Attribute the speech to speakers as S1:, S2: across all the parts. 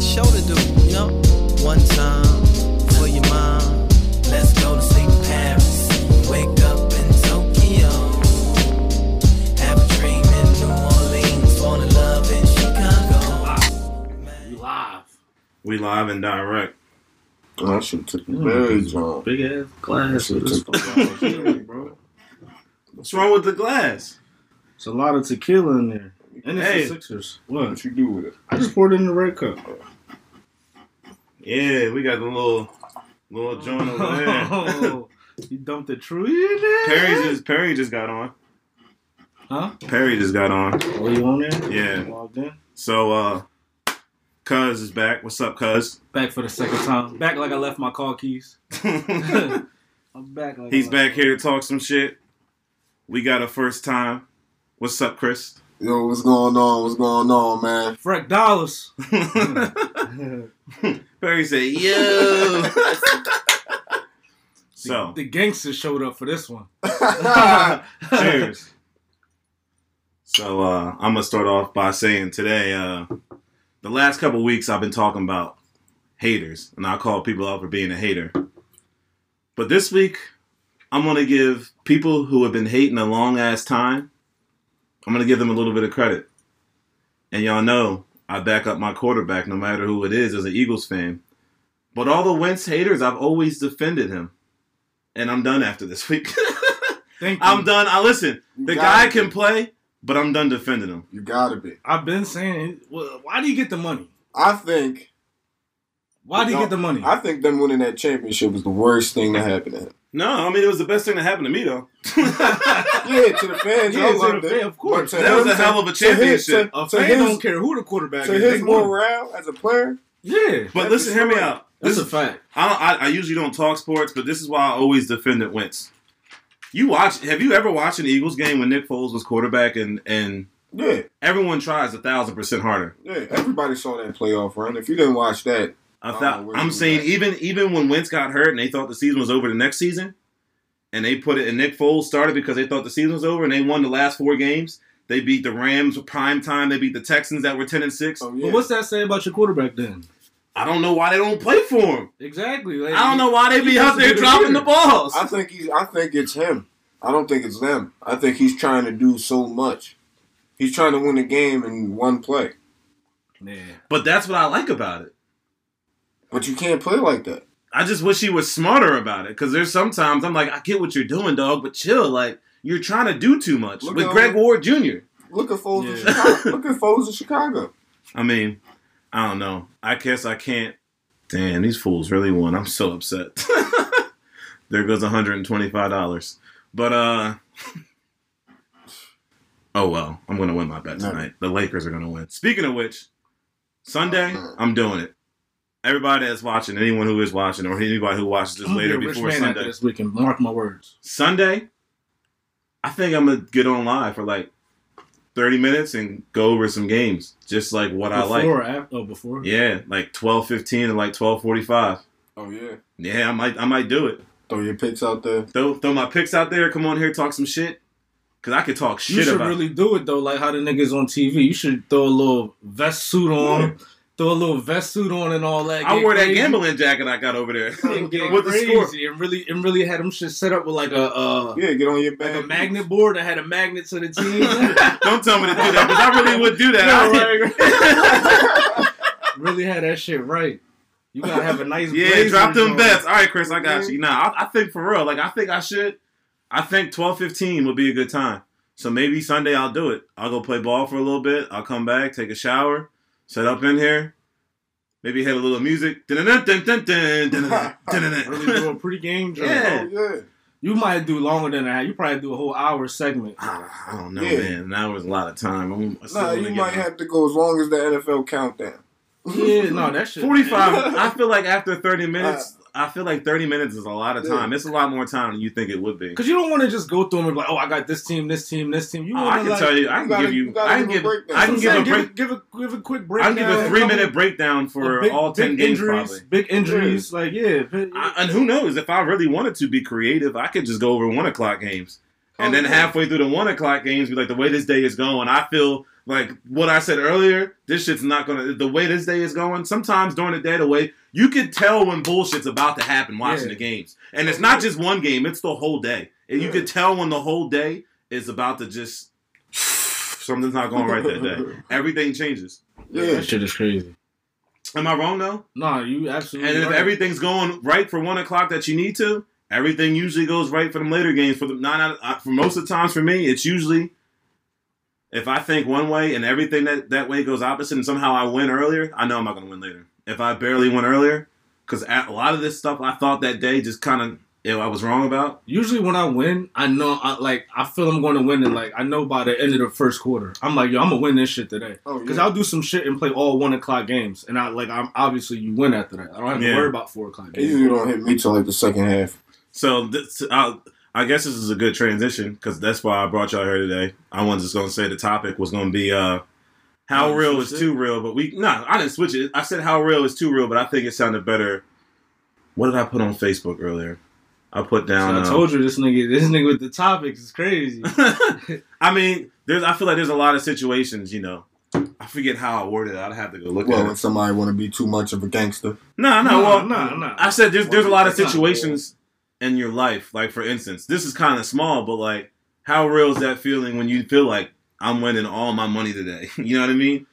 S1: show to do, you know? One time for your mom. Let's go to sleep in Paris. Wake up in Tokyo. Have a dream in New Orleans. Fall in love in Chicago.
S2: We live.
S3: We live and direct.
S4: Oh, that shit took me very long.
S2: Big ass
S4: That
S2: glass.
S4: shit took me long.
S2: Bro.
S3: What's wrong with the glass?
S2: It's a lot of tequila in there. And it's
S3: Hey.
S2: the Sixers. What?
S4: What you do with it?
S2: I just poured it in the red cup.
S3: Yeah, we got the little little joint over there.
S2: Oh, you dumped the truth in there?
S3: Perry just Perry just got on.
S2: Huh?
S3: Perry just got on.
S2: Oh, you on there?
S3: Yeah.
S2: Logged in.
S3: So uh Cuz is back. What's up, Cuz?
S2: Back for the second time. Back like I left my car keys. I'm back like
S3: He's
S2: I left-
S3: back here to talk some shit. We got a first time. What's up, Chris?
S4: Yo, what's going on? What's going on, man?
S2: Freck dollars.
S3: Perry said, yo. so,
S2: The gangsters showed up for this one.
S3: cheers. So, uh, I'm going to start off by saying today, uh, the last couple weeks I've been talking about haters, and I call people out for being a hater. But this week, I'm going to give people who have been hating a long ass time, I'm going to give them a little bit of credit. And y'all know I back up my quarterback no matter who it is as an Eagles fan. But all the Wentz haters, I've always defended him. And I'm done after this week.
S2: Thank you.
S3: I'm done. I listen. The
S4: You
S3: guy
S4: gotta
S3: can
S4: be.
S3: play, but I'm done defending him.
S4: You gotta be.
S2: I've been saying, well, why do you get the money?
S4: I think.
S2: Why do you
S4: No,
S2: get the money?
S4: I think them winning that championship was the worst thing that happened to him.
S3: No, I mean it was the best thing that happened to me though.
S4: Yeah, to the fans,
S2: Yeah,
S4: y'all
S2: to
S4: loved
S2: the
S4: it.
S2: fan, of course.
S4: But to
S3: That was
S4: him,
S3: a hell of a
S4: to his-
S3: championship.
S2: a
S4: To
S2: fan
S4: his,
S2: don't care who the quarterback
S4: to
S2: is.
S4: his
S2: they won.
S4: morale as a player,
S2: Yeah,
S3: But listen, hear me out.
S2: that's
S3: This
S2: a
S3: is,
S2: fact.
S3: I, don't- I, I usually don't talk sports, but this is why I always defended Wentz. You watch? Have you ever watched an Eagles game when Nick Foles was quarterback and and
S4: yeah,
S3: everyone tries a thousand percent harder?
S4: yeah. Everybody saw that playoff run. If you didn't watch that,
S3: A
S4: Oh,
S3: thou-
S4: where
S3: I'm
S4: you
S3: saying
S4: at?
S3: even even when Wentz got hurt and they thought the season was over the next season, and they put it and Nick Foles started because they thought the season was over and they won the last four games. They beat the Rams prime time. They beat the Texans that were ten and six.
S4: oh, yeah.
S2: But what's that say about your quarterback then?
S3: I don't know why they don't play for him.
S2: Exactly.
S3: I
S2: like-
S3: don't know why they
S2: He
S3: be out
S2: doesn't
S3: there
S2: get a
S3: dropping
S2: year.
S3: the balls.
S4: I think he's. I think it's him. I don't think it's them. I think he's trying to do so much. He's trying to win a game in one play,
S2: Yeah.
S3: But that's what I like about it.
S4: but you can't play like that.
S3: I just wish he was smarter about it because there's sometimes I'm like, I get what you're doing, dog, but chill. Like you're trying to do too much
S4: Look
S3: with
S4: how-
S3: Greg Ward Jr.
S4: Look at Foles in
S2: Yeah.
S4: Chicago. Look at Foles in Chicago.
S3: I mean, I don't know. I guess I can't. Damn, these fools really won. I'm so upset. there goes $125. But, uh. Oh well, I'm gonna win my bet
S4: No.
S3: tonight. The Lakers are gonna win. Speaking of which, Sunday I'm doing it. Everybody that's watching, anyone who is watching, or anybody who watches this
S2: I'm gonna
S3: later
S2: be a Oh, rich
S3: before
S2: man after
S3: Sunday,
S2: this weekend. Mark my words.
S3: Sunday, I think I'm gonna get on live for like 30 minutes and go over some games, just like what I
S2: before
S3: like.
S2: or after? Oh, before.
S3: Yeah, like twelve fifteen and like twelve forty five.
S4: Oh yeah.
S3: Yeah, I might I might do it.
S4: Throw your picks out there.
S3: Throw throw my picks out there. Come on here, talk some shit. Cause I could talk
S2: You
S3: shit
S2: should
S3: about.
S2: really do it though, like how the niggas on TV. You should throw a little vest suit on, throw a little vest suit on, and all that.
S3: I
S2: Get
S3: wore that
S2: crazy.
S3: gambling jacket I got over there
S2: And get
S3: with the
S2: crazy
S3: score.
S2: and really and really had them shit set up with like a uh,
S4: Yeah, get on your
S2: like
S4: bag.
S2: a magnet board that had a magnet to the team.
S3: Don't tell me to do that, cause I really would do
S2: Yeah,
S3: that.
S2: really had that shit right. You gotta have a nice
S3: yeah,
S2: blazer
S3: drop them
S2: on.
S3: bets. All right, Chris, I got you. Nah, I, I think for real. Like I think I should. I think twelve fifteen would be a good time. So maybe Sunday I'll do it. I'll go play ball for a little bit. I'll come back, take a shower, set up in here. Maybe hit a little music. Dun-dun-dun, dun-dun-dun, dun-dun-dun,
S2: Really
S3: dun-dun-dun.
S2: do a pregame drill.
S3: Yeah.
S4: Oh yeah.
S2: You might do longer than that. You probably do a whole hour segment.
S3: I I don't know,
S4: Yeah.
S3: man. An hour's a lot of time. I'm, I still
S4: Nah,
S3: wanna
S4: you
S3: get
S4: might
S3: my-
S4: have to go as long as the NFL countdown.
S2: Yeah, no, that shit.
S3: 45. I feel like after 30 minutes, I feel like 30 minutes is a lot of
S4: Yeah.
S3: time. It's a lot more time than you think it would be.
S2: Because you don't want to just go through them and be like, oh, I got this team, this team, this team. You
S3: Oh,
S2: want
S3: I
S2: to
S3: can
S2: like,
S3: tell you. I
S4: you
S3: can
S4: gotta-
S3: give
S4: you
S3: you.
S4: gotta
S3: I can
S4: give a
S3: give.
S4: breakdown.
S3: I
S2: I'm
S3: can give
S2: saying,
S3: a break.
S2: Give a, give a quick break.
S3: I can give a three minute breakdown for all ten games,
S2: injuries,
S3: probably.
S2: Big injuries, like yeah. but-
S3: I, and who knows if I really wanted to be creative, I could just go over one o'clock games, and
S4: Oh,
S3: then
S4: yeah.
S3: halfway through the one o'clock games, be like, the way this day is going, I feel Like what I said earlier, this shit's not gonna. The way this day is going, sometimes during the day, the way you could tell when bullshit's about to happen watching
S2: Yeah.
S3: the games, and it's not just one game; it's the whole day. And you could tell when the whole day is about to just something's not going right that day. Everything changes.
S4: Yeah.
S2: That shit is crazy.
S3: Am I wrong though?
S2: Nah, you absolutely.
S3: And if
S2: right.
S3: everything's going right for one o'clock that you need to, everything usually goes right for them later games. For the nine out, uh, for most of the times for me, it's usually if I think one way and everything that that way goes opposite, and somehow I win earlier, I know I'm not going to win later. If I barely win earlier, because a lot of this stuff I thought that day just kind of you know, I was wrong about.
S2: usually when I win, I know I like I feel I'm going to win, and like I know by the end of the first quarter, I'm like, yo, I'm gonna win this shit today.
S4: Oh,
S2: Because
S4: yeah.
S2: I'll do some shit and play all one o'clock games, and I like I'm obviously you win after that. I don't have to
S3: Yeah.
S2: worry about four o'clock.
S4: It
S2: Games.
S4: usually don't hit me till like the second half.
S3: So this, I, I guess this is a good transition because that's why I brought y'all here today. I was just going to say the topic was going to be uh, how
S2: Oh, you
S3: real is
S2: switched it?
S3: too real, but we no, I didn't switch it. I said how real is too real, but I think it sounded better. What did I put on Facebook earlier? I put
S2: So
S3: down.
S2: I told you this nigga, this nigga with the topics is crazy.
S3: you. um, I mean, there's. I feel like there's a lot of situations. You know, I forget how I worded it. I'd have to go look
S4: Well,
S3: at
S4: if
S3: it.
S4: somebody want to be too much of a gangster,
S3: No, no, well,
S2: nah, nah.
S3: I said there's there's a lot of
S2: That's not
S3: situations in your life. Like for instance, this is kind of small, but like how real is that feeling when you feel like I'm winning all my money today? you know what I mean?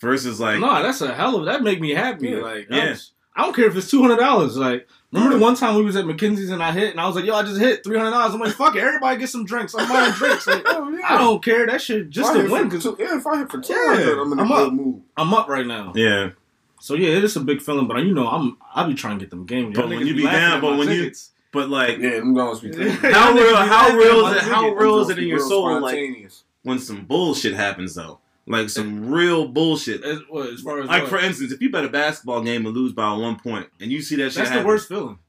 S3: Versus like
S2: nah, that's a hell of that make me happy.
S4: Yeah.
S2: Like,
S3: Yeah.
S2: I'm s- I don't care if it's two hundred dollars. Like, remember the one time we was at McKinsey's and I hit, and I was like, yo, I just hit three hundred dollars. I'm like, fuck it, everybody get some drinks. I'm buying drinks. Like,
S4: oh yeah,
S2: I don't care. That shit
S4: If
S2: just
S4: I
S2: to
S4: hit for
S2: win because
S4: two- yeah, if I hit for two
S2: Yeah,
S4: hundred, I'm in a
S2: I'm
S4: good
S2: up.
S4: mood.
S2: I'm up right now.
S3: yeah,
S2: So yeah, it is a big feeling, but you know, I'm I be trying to get them games.
S3: But
S2: Y'all
S3: when
S2: niggas
S3: you be
S2: laughing
S3: down,
S2: at
S3: but
S2: my
S3: when you-
S2: tickets.
S3: but like
S4: Yeah, I'm gonna speak. to you.
S2: Yeah,
S3: how
S2: y'all
S3: real
S2: niggas be laughing at
S3: how real
S2: my
S3: is it? How
S2: tickets.
S3: real is
S4: Real
S3: it in your soul? Like
S4: spontaneous.
S3: when some bullshit happens though, like some real bullshit.
S2: as, well, as far as
S3: Like
S2: what?
S3: for instance, if you bet a basketball game and lose by one point, and you see that shit
S2: that's the
S3: happen-
S2: worst feeling.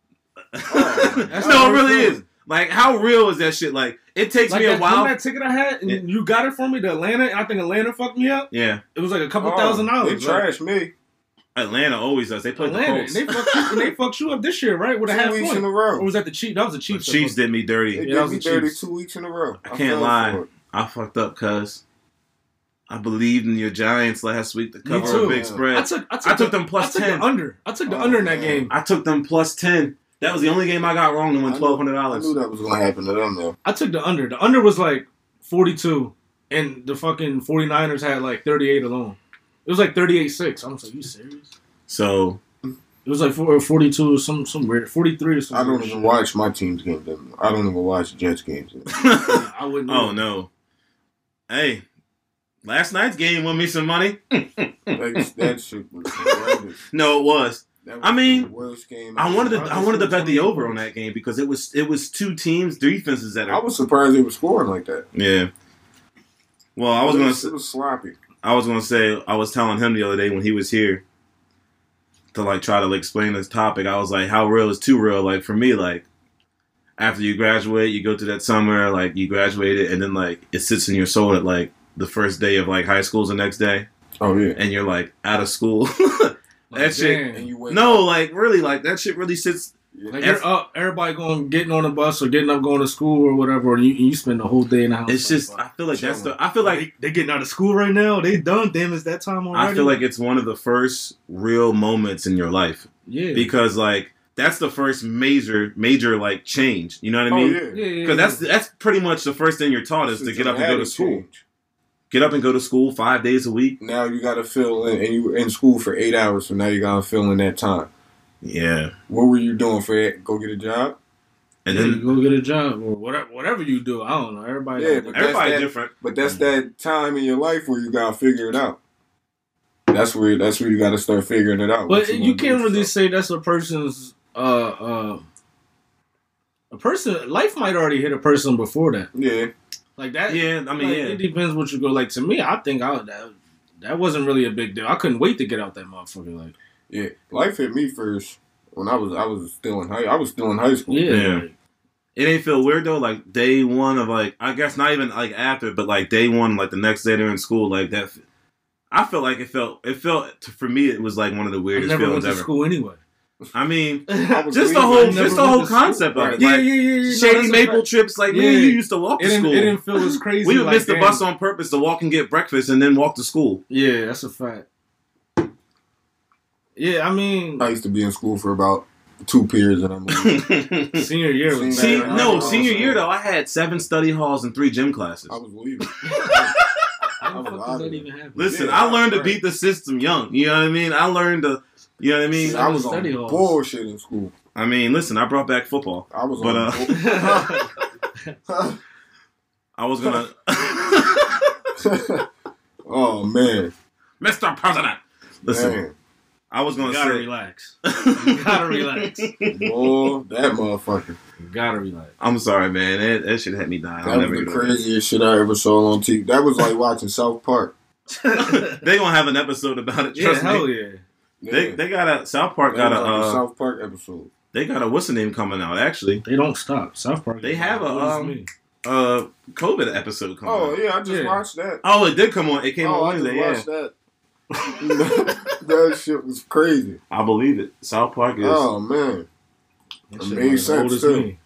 S4: Oh,
S2: That's
S3: no,
S2: the
S3: it
S2: worst
S3: really
S2: feeling.
S3: is. Like, how real is that shit? Like, it takes
S2: Like
S3: me a
S2: that, while.
S3: while.
S2: that ticket I had, and
S3: Yeah.
S2: you got it for me to Atlanta, and I think Atlanta fucked me up.
S3: yeah,
S2: It was like a couple
S4: Oh,
S2: thousand
S4: They
S2: dollars. Like,
S4: trashed me
S3: Atlanta always does. They play
S2: Atlanta,
S3: the
S2: and they
S3: Colts.
S2: fucked you, and they fucked you up this year, right? With a half
S4: two weeks in
S2: point.
S4: a
S2: Or
S4: row.
S2: was that the Chiefs? That was the
S3: the
S2: Chiefs. that
S3: Chiefs
S2: fucked-
S3: did me
S4: They
S3: dirty.
S2: Yeah, that
S4: did
S2: was
S4: me
S2: the
S4: dirty
S2: Chiefs.
S4: two weeks in a row.
S3: I can't
S4: fell
S3: lie.
S4: for it.
S3: I fucked up, cuz. I believed in your Giants last week to cover a
S2: too.
S3: big spread.
S2: I
S3: I took,
S2: took I took, the,
S3: them plus
S2: I took
S3: 10.
S2: the under. I took the
S4: Oh,
S2: under in that
S4: man.
S2: game.
S3: them plus 10. That was the only game I got wrong and won
S4: I knew- I knew
S3: $1,200.
S4: that was gonna happen to them though.
S2: I took the under. The under was like 42, and the fucking 49ers had like 38 alone. It was like 38 6. I was like, you serious?
S3: So,
S2: It was like four, 42 or some, some weird. 43 or some
S4: I don't
S2: weird
S4: even
S2: shit.
S4: watch my team's games. Anymore. I don't even watch Jets games. anymore.
S3: oh
S2: I wouldn't. know.
S3: no. Hey, last night's game won me some money.
S4: That, that shit was horrendous.
S3: No, it was.
S4: That was
S3: Hmm. I mean,
S4: the worst game.
S3: I wanted to
S4: ever
S3: I wanted to bet the over on that game because it was it was two teams defenses that
S4: watched. I
S3: are
S4: was surprised they were scoring like that.
S3: yeah. Well, I was
S4: It
S3: gonna
S4: It
S3: s-
S4: was sloppy.
S3: I was gonna say I was telling him the other day when he was here to like try to like, explain this topic. I was like, how real is too real? Like for me, like after you graduate, you go through that summer, like you graduated, and then like it sits in your soul at like the first day of like high school's the next day,
S4: Oh yeah.
S3: and you're like out of school.
S2: Like,
S3: that shit-
S2: damn.
S4: And you wake
S3: no, like really, like that shit really sits
S4: Up.
S2: Like you're up, everybody going getting on the bus or getting up going to school or whatever, and you, you spend the whole day in the house.
S3: It's
S2: like,
S3: just
S2: fuck.
S3: I feel like that's
S4: Chilling.
S3: the I feel like
S2: they, they getting out of school right now. They done. Damn, it's that time already.
S3: I feel like it's one of the first real moments in your life
S2: yeah,
S3: because like that's the first major major like change. You know what I
S4: Oh
S3: mean?
S4: yeah.
S2: yeah, yeah,
S3: Because that's that's pretty much the first thing you're taught is
S4: It's
S3: to
S4: a
S3: get up and go to
S4: dramatic
S3: school.
S4: change.
S3: Get up and go to school five days a week.
S4: Now you got to fill in, and you were in school for eight hours, so now you got to fill in that time.
S3: Yeah,
S4: What were you doing for it? Go get a job?
S3: and
S2: yeah. you
S3: then
S2: go get a job or whatever, whatever you do. I don't know. Everybody,
S4: Yeah,
S2: got
S4: but
S2: their-
S3: everybody
S4: that-
S3: different.
S4: But that's
S2: Mm-hmm.
S4: that time in your life where you got to figure it out. That's where that's where you got to start figuring it out. what
S2: But you
S4: wanna do
S2: can't
S4: with
S2: really
S4: yourself.
S2: say that's a person's uh uh a person life might already hit a person before that.
S4: Yeah.
S2: Like that
S3: Yeah, I mean
S2: like,
S3: yeah.
S2: it depends what you go like to me, I think I that that wasn't really a big deal. I couldn't wait to get out that motherfucker like
S4: Yeah, life hit me first when I was I was still in high I was still in high school.
S2: Yeah.
S3: Yeah.
S2: like,
S3: It ain't feel weird though. Like day one of like I guess not even like after, but like day one, like the next day they're in school, like that. I felt like it felt it felt for me it was like one of the
S2: I
S3: weirdest
S2: never went
S3: feelings
S2: to
S3: ever.
S2: school anyway.
S3: I mean,
S4: I was
S3: just the
S4: reading-
S3: whole
S2: I never
S3: just the
S2: went
S3: whole
S2: to school.
S3: concept of it.
S2: yeah, yeah,
S3: like,
S2: yeah, yeah. no,
S3: shady
S2: that's a
S3: maple
S2: fact.
S3: trips. Like
S2: Yeah.
S3: me and you used to walk
S2: It
S3: to
S2: didn't,
S3: school.
S2: it didn't feel as crazy.
S3: we would
S2: like,
S3: miss the
S2: damn.
S3: bus on purpose to walk and get breakfast and then walk to school.
S2: Yeah, that's a fact. Yeah, I mean,
S4: I used to be in school for about two periods, and I'm like,
S3: See,
S2: senior year was
S4: See,
S2: bad.
S3: no,
S4: I was
S3: senior
S4: also-
S3: year though, I had seven study halls and three gym classes.
S4: I was leaving.
S2: How the
S4: I'm
S2: fuck does that
S4: alive.
S2: even happen?
S3: Listen,
S4: Yeah,
S3: I learned to
S4: right.
S3: beat the system young. You know what I mean? I learned to, you know what I mean?
S2: See,
S4: I was
S2: Study
S4: on
S2: halls.
S4: bullshit in school.
S3: I mean, listen, I brought back football.
S4: I was
S3: But,
S4: on.
S2: uh,
S4: bull-
S3: I was gonna,
S4: oh man,
S3: Mr. President. Listen, I was
S2: you
S3: gonna
S2: gotta
S3: say,
S2: relax. You gotta relax.
S4: Damn. boy, that motherfucker.
S2: You gotta relax.
S3: I'm sorry, man. That, that shit had me dying. I'll
S4: That
S3: never
S4: was the
S3: get over it.
S4: craziest shit I ever saw on TV. That was like watching South Park.
S3: they gonna have an episode about it.
S2: yeah,
S3: Trust
S2: hell
S3: me.
S2: yeah.
S3: They
S4: Yeah.
S3: they got a South Park
S4: That
S3: got
S4: was
S3: a
S4: like a
S3: uh,
S4: South Park episode.
S3: they got a what's the name coming out actually.
S2: They don't stop. South Park.
S3: They have a,
S2: What does
S3: um,
S2: it mean?
S3: Uh, COVID episode coming.
S4: Oh
S3: out.
S4: yeah, I just
S2: Yeah.
S4: watched that.
S3: Oh, it did come on. It came
S4: oh,
S3: on
S4: I just
S3: Wednesday. Yeah,
S4: watched that. that shit was crazy.
S3: I believe it. South Park is.
S4: Oh man,
S2: That
S4: it
S2: shit
S4: made
S2: like
S4: sense,
S2: old as
S4: too.
S2: me.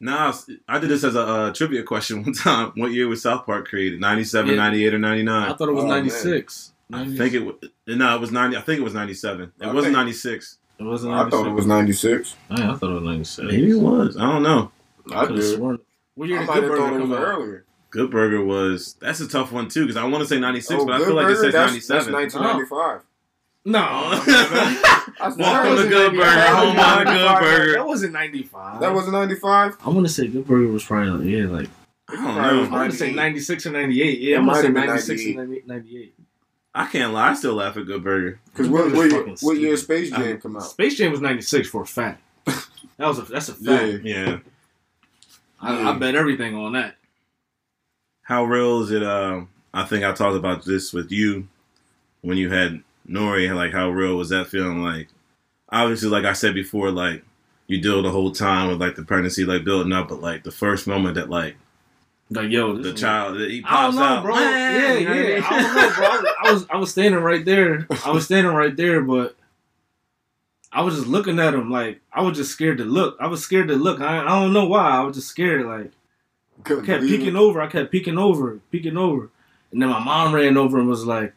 S3: Nah, I was- I did this as a uh, trivia question one time. What year was South Park created? 97,
S2: Yeah.
S3: 98, or
S2: I
S3: 99?
S2: thought it was
S4: Oh, man.
S2: 96.
S3: I think it was. No, it was 90. I think it was 97. It
S4: I
S3: wasn't
S4: think-
S3: 96.
S2: it wasn't.
S4: I
S2: 96.
S4: thought it was '96.
S2: Yeah, I thought it was 96.
S3: Maybe it was. I don't know.
S4: I
S2: Could've
S4: did.
S2: sworn- What year
S4: I
S2: did
S4: might
S2: Good
S4: have thought
S2: Burger
S4: it was
S2: come out?
S4: earlier.
S3: Good Burger was. That's a tough one, too, because I want to say 96,
S4: Oh,
S3: but I
S4: Good
S3: feel like it
S4: Burger?
S3: says
S4: that's,
S3: 97.
S4: That's 1995.
S2: No.
S4: I swear
S3: Welcome
S4: it was
S3: to Good
S4: 95.
S3: Burger, oh home on Good
S4: 95.
S3: Burger.
S2: Oh, That wasn't 95.
S4: That was 95.
S2: I want to say Good Burger was probably like, yeah, like
S3: I
S2: I'm
S3: don't know.
S2: gonna say
S4: 98.
S2: 96 or 98. Yeah,
S4: It
S2: I'm gonna
S4: might
S2: say
S4: have been
S2: 96 and 98. 98.
S3: I can't lie. I still laugh at Good Burger.
S4: Because what,
S2: That
S4: what,
S2: was
S4: year-
S2: fucking
S4: what year
S2: stupid.
S4: Space Jam come out?
S2: Space Jam was 96 for a fact. That was a that's a fact.
S4: Yeah.
S3: Yeah.
S2: I, I
S4: Yeah.
S2: bet everything on that.
S3: How real is it? Um, I think I talked about this with you when you had Nori. Like, how real was that feeling? Like, obviously, like I said before, like you deal the whole time with like the pregnancy, like building up, but like the first moment that like
S2: Like yo, this
S3: the
S2: is-
S3: child that he
S2: I
S3: pops
S2: don't know,
S3: out,
S2: bro.
S3: "Ah,"
S2: yeah,
S3: you know what I
S2: yeah.
S3: mean?
S2: I don't know, bro. I was, I was I was standing right there. I was standing right there, but I was just looking at him like I was just scared to look. I was scared to look. I, I don't know why. I was just scared. Like I
S4: Couldn't
S2: kept
S4: believe
S2: peeking
S4: it.
S2: over. I kept peeking over, peeking over. And then my mom ran over and was like,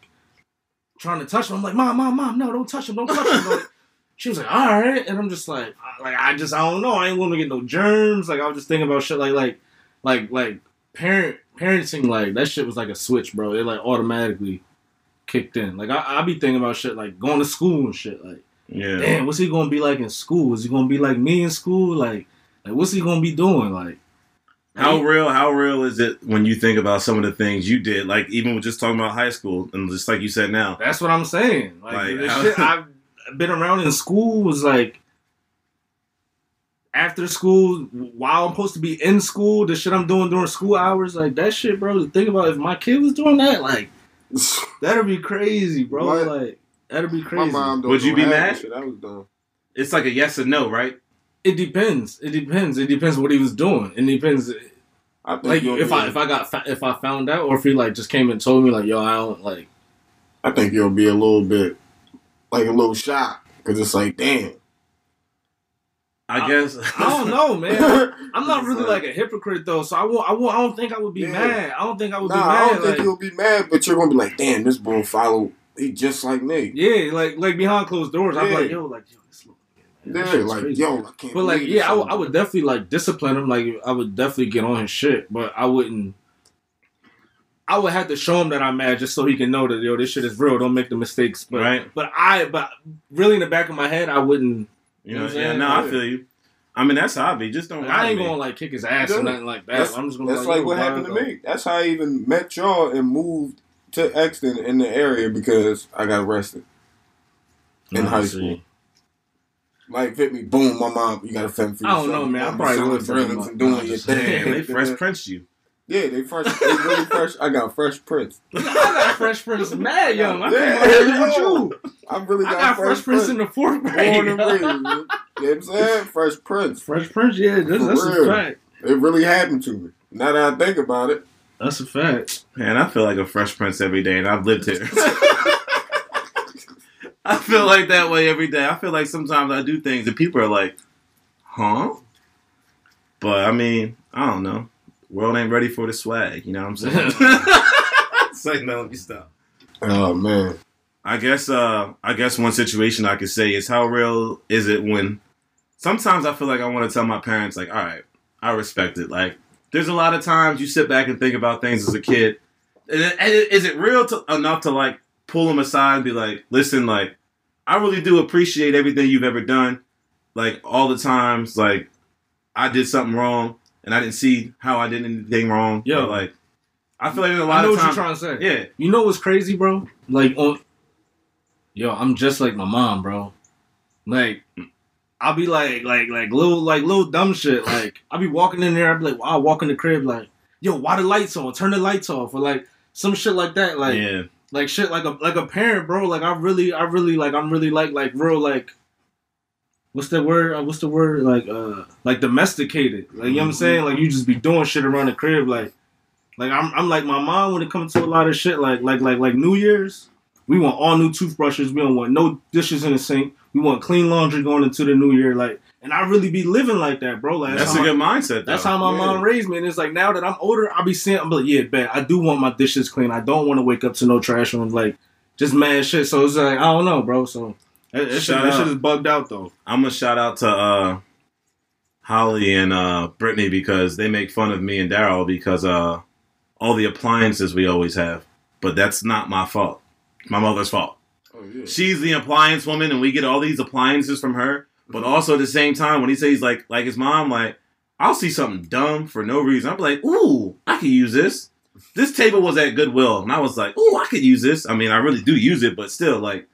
S2: trying to touch him. I'm like, mom, mom, mom, no, don't touch him, don't touch him. Like, she was like, all right. And I'm just like, I- like I just, I don't know. I ain't want to get no germs. Like I was just thinking about shit like, like, like, like parent parenting. Like that shit was like a switch, bro. It like automatically kicked in. Like I, I be thinking about shit like going to school and shit. Like
S3: yeah.
S2: damn, what's he gonna be like in school? Is he gonna be like me in school? Like, like what's he gonna be doing? Like.
S3: How real? How real is it when you think about some of the things you did? Like even with just talking about high school, and just like you said now,
S2: That's what I'm saying. Like,
S3: Like,
S2: the
S3: how-
S2: shit I've been around in school was like after school, while I'm supposed to be in school, the shit I'm doing during school hours, like that shit, bro. To think about if my kid was doing that, like that'd be crazy, bro.
S4: What?
S2: Like that'd be
S4: My
S2: crazy.
S4: mom don't
S3: Would you
S4: know
S3: be
S4: half the
S3: mad?
S4: Shit I was doing.
S3: it's like a yes or no, right?
S2: It depends. It depends. It depends what he was doing. It depends.
S4: I think
S2: Like
S4: you'll
S2: if
S4: be,
S2: I if I got fa- if I found out, or if he like just came and told me like, yo, I don't like.
S4: I think you'll be a little bit like a little shocked because it's like, damn.
S3: I,
S2: I-
S3: guess.
S2: I don't know, man.
S4: nah,
S2: I'm not really like a hypocrite though, so I won't. I won't. I don't think I would be
S4: Yeah.
S2: mad. I don't think I would be mad.
S4: I don't think
S2: like-
S4: you'll be mad, but you're gonna be like, damn, this boy follow. He just like me.
S2: Yeah, like like behind closed doors, I'm
S4: Yeah.
S2: like, yo, like yo, this little nigga, man,
S4: Yeah,
S2: that shit's
S4: like
S2: crazy.
S4: yo, I can't.
S2: But like,
S4: believe
S2: yeah, I
S4: this
S2: would- I would definitely like discipline him. Like, I would definitely get on his shit, but I wouldn't. I would have to show him that I'm mad just so he can know that yo, this shit is real. Don't make the mistakes, but
S3: Right.
S2: but I but really in the back of my head, I wouldn't. You
S3: You know,
S2: know what I'm
S3: yeah,
S2: saying?
S3: no, I
S4: Yeah.
S3: feel you. I mean, that's hobby. Just don't.
S2: Like, I
S3: lie
S2: ain't
S3: to me.
S2: gonna like kick his ass or
S4: Dude,
S2: nothing like that.
S4: that's-
S2: I'm just gonna.
S4: That's like
S2: yo,
S4: what
S2: why,
S4: happened to
S2: though?
S4: me. That's how I even met y'all and moved to Exton in the area because I got arrested in
S2: Nah,
S4: high
S2: see.
S4: school. Like hit me, boom, my mom, you got a fend for
S2: I don't
S4: yourself.
S2: know, man. I
S4: You
S2: probably
S4: selling
S2: would've been
S4: drugs
S2: like,
S4: and
S2: nah,
S4: doing your
S2: just-
S4: thing.
S3: Damn, they fresh prince you.
S4: Yeah, they fresh. They really fresh. I got fresh prints.
S2: I got Fresh Prince mad young. I
S4: Yeah.
S2: came out here with you.
S4: I really
S2: I
S4: got,
S2: got Fresh Prince in the fourth
S4: Born and
S2: grade.
S4: raised, man. You know what I'm saying? Fresh Prince.
S2: Fresh Prince, yeah, that's,
S4: For
S2: that's a
S4: real.
S2: fact.
S4: It really happened to me. Now that I think about it,
S2: That's a fact.
S3: Man, I feel like a fresh prince every day, and I've lived here. I feel like that way every day. I feel like sometimes I do things and people are like, huh? But I mean, I don't know. World ain't ready for the swag, you know what I'm saying? it's like, no, let me stop.
S4: Oh man.
S3: I guess uh I guess one situation I could say is how real is it when sometimes I feel like I want to tell my parents like, all right, I respect it. Like there's a lot of times you sit back and think about things as a kid. And, it- and it- is it real to, enough to like pull them aside and be like, listen, like I really do appreciate everything you've ever done. Like all the times like I did something wrong and I didn't see how I did anything wrong.
S2: Yeah.
S3: But, like I feel like there's a lot
S2: I know
S3: of
S2: what you're
S3: times.
S2: trying to say.
S3: yeah.
S2: You know what's crazy, bro? Like, on, yo, I'm just like my mom, bro. Like, I'll be like, like, like little, like little dumb shit. Like, I'll be walking in there. I'll be like, wow, walk in the crib. Like, yo, why the lights on? Turn the lights off, or like some shit like that. Like,
S3: yeah.
S2: like shit, like a like a parent, bro. Like, I really, I really, like, I'm really like, like real, like. What's the word? uh, What's the word? Like, uh, like domesticated. Like, you know what I'm
S3: Mm-hmm.
S2: saying? Like, you just be doing shit around the crib. Like, like I'm, I'm like my mom when it comes to a lot of shit. Like, like, like, like New Year's, we want all new toothbrushes. We don't want no dishes in the sink. We want clean laundry going into the new year. Like, and I really be living like that, bro. Like,
S3: That's
S2: how
S3: a
S2: my-
S3: good mindset. Though.
S2: that's how my
S4: Yeah.
S2: mom raised me. And it's like now that I'm older, I'll be saying, I'm like, yeah, bet. I do want my dishes clean. I don't want to wake up to no trash on like just mad shit. So it's like, I don't know, bro. So that, that shit,
S3: Shut
S2: that
S3: up.
S2: shit is bugged out though.
S3: I'm gonna shout out to uh, Holly and uh, Brittany because they make fun of me and Daryl because uh, all the appliances we always have, but that's not my fault. It's My mother's fault.
S4: Oh yeah.
S3: She's the appliance woman, and we get all these appliances from her. But
S4: Mhm.
S3: also at the same time, when he says like like his mom, like I'll see something dumb for no reason. I'm like, ooh, I could use this. This table was at Goodwill, and I was like, ooh, I could use this. I mean, I really do use it, but still, like,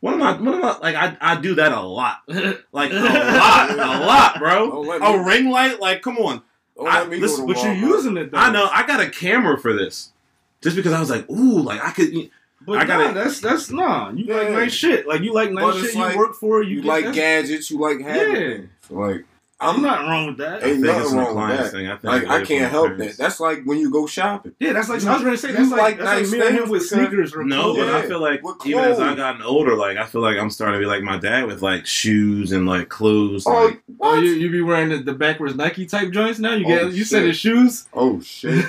S3: what am I? What am I? Like, I I do that a lot. Like a lot, a lot, bro.
S2: Oh,
S4: Don't let me,
S3: A ring light, like come on.
S4: don't
S3: I-
S4: let me
S3: listen,
S4: go
S2: But
S4: to
S2: you're
S4: Walmart.
S2: using it though.
S3: I know I got a camera for this, just because I was like, ooh, like I could.
S2: But
S3: I
S2: I
S3: gotta-
S2: nah, that's that's nah. You like
S4: Yeah.
S2: nice shit. Like you like
S4: But
S2: nice
S4: it's
S2: shit.
S4: like-
S2: you work for it,
S4: You,
S2: You, get
S4: like
S2: that.
S4: gadgets. You like having.
S2: Yeah.
S4: things. Like
S2: I'm not wrong with that.
S3: I
S4: Ain't
S3: think
S4: nothing
S3: it's an
S4: wrong with
S3: appliance
S4: that.
S3: thing. I think
S4: like
S3: it
S4: I
S3: is
S4: can't
S3: from
S4: help
S3: parents.
S4: that. That's like when you go shopping.
S2: yeah, that's like I was gonna say.
S4: You
S2: That's like,
S4: like
S2: that's like
S4: nice
S2: me and him
S4: things
S2: with
S4: because-
S2: sneakers or
S3: No,
S2: clothes.
S3: but I
S4: Yeah,
S3: feel like
S4: with
S3: even as I
S4: clothes.
S3: gotten older, like I feel like I'm starting to be like my dad with like shoes and like clothes.
S4: Oh,
S3: like,
S2: Oh,
S4: what?
S2: you, you be wearing the, the backwards Nike type joints now. You get
S4: Oh,
S2: you said
S4: shit.
S2: his shoes.
S4: Oh shit!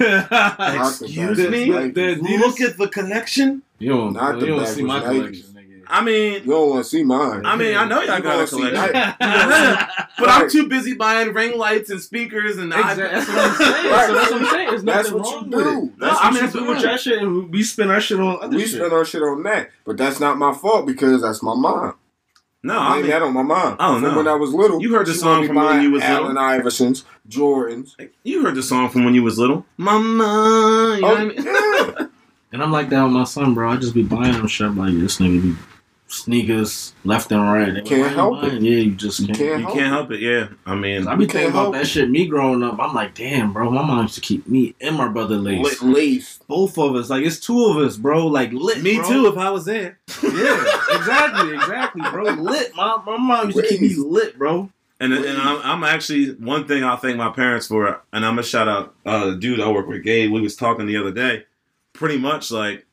S3: excuse
S4: Not the
S3: me.
S4: backwards
S2: The
S4: Nikes.
S2: Adidas?
S3: Look at the collection.
S2: You don't,
S4: Not
S2: you
S4: the
S2: don't see my
S4: backwards
S2: collection, nigga.
S3: I mean,
S4: You don't want to see mine.
S3: I mean, I know
S4: You
S3: y'all got
S4: gonna
S3: a
S4: see
S3: collection.
S4: that.
S3: But I'm too busy buying ring lights and speakers and
S2: Exactly. That's what I'm saying. So that's what I'm saying. There's
S4: That's
S2: nothing
S4: what
S2: wrong
S4: you
S2: with it.
S4: do. That's
S3: I
S4: what
S3: mean,
S4: you
S2: that's
S3: that's
S2: what
S3: what
S2: we
S3: I'm
S2: that shit, and we spend our shit on other
S4: we
S2: shit.
S4: spend our shit on that, but that's not my fault because that's my mom.
S3: No,
S4: I
S3: I
S4: mean,
S3: mean,
S4: that on my mom.
S3: I don't
S4: From
S3: know.
S4: When I was little,
S3: You heard the
S4: she
S3: song
S4: wanted me
S3: from when
S4: buying
S3: you was
S4: Allen Iversons, Jordans.
S3: You heard the song from when you was little, Mama. You know
S4: Oh,
S3: what I mean?
S4: yeah.
S2: And I'm like that with my son, bro. I just be buying him shit. I'm like this nigga be sneakers left and right. Like,
S4: Can't
S2: why you
S4: help
S2: buying? Yeah, you just
S4: You
S2: can't.
S4: can't
S3: You
S4: help.
S3: can't help it. Yeah, I mean,
S2: I be
S4: You can't
S2: thinking about
S4: help
S2: that
S4: it.
S2: shit. Me growing up, I'm like, damn, bro. My mom used to keep me and my brother laced.
S4: Lit leaf.
S2: Both of us, like it's two of us, bro. Like lit.
S3: me
S2: bro.
S3: too. If I was there,
S2: Yeah, exactly, exactly, bro. Lit. My my mom used to keep me
S4: Raised.
S2: lit, bro.
S3: and and I'm, I'm actually one thing I'll thank my parents for, and I'm gonna shout out uh, the dude I work with, Gabe. We was talking the other day, pretty much like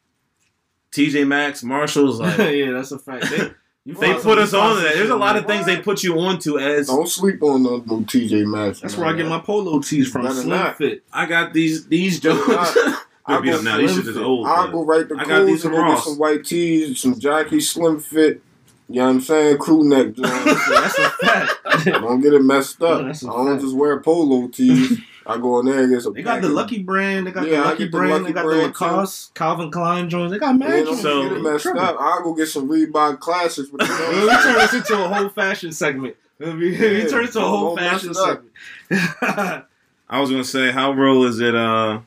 S3: T.J. Maxx, Marshalls, like.
S2: yeah, that's a fact. They, you
S3: They
S2: find some-
S3: put us
S2: you find some
S3: on to that. There's
S2: shit,
S3: a lot
S2: man.
S3: of things they put you onto as
S4: Don't sleep on no, no TJ Maxx.
S2: That's
S4: man.
S2: where I get my polo tees from.
S4: Better
S2: Slim
S4: not.
S2: Fit.
S3: I got these these
S4: Better
S3: jokes.
S4: I
S3: They're beat
S4: go
S3: up now. These
S4: Slim
S3: shit is
S4: Fit.
S3: old.
S4: I
S3: man.
S4: go right to
S3: I got
S4: Kohl's
S3: these
S4: and go
S3: from
S4: get
S3: Ross.
S4: some white tees, some jockey slim fit. You know what I'm saying? Crew neck joints.
S2: Yeah, that's a fact.
S4: don't get it messed up.
S2: Yeah, that's a
S4: I don't
S2: fact.
S4: just wear polo tees. I go in there and get some.
S2: they got the Lucky brand. They got
S4: Yeah,
S2: the
S4: I
S2: Lucky
S4: get the
S2: brand.
S4: Lucky
S2: they got
S4: brand,
S2: the Lacoste, Calvin Klein joints. They got mad.
S4: Man, don't
S2: joints.
S3: So-
S4: get it messed up. I'll go get some Reebok classics. But you
S2: Yo,
S4: know,
S2: we turn this into a whole fashion segment. We
S4: Yeah,
S2: turn this into a whole
S4: don't mess
S2: fashion
S4: it up.
S2: segment.
S3: I was gonna say, how real is it? Uh,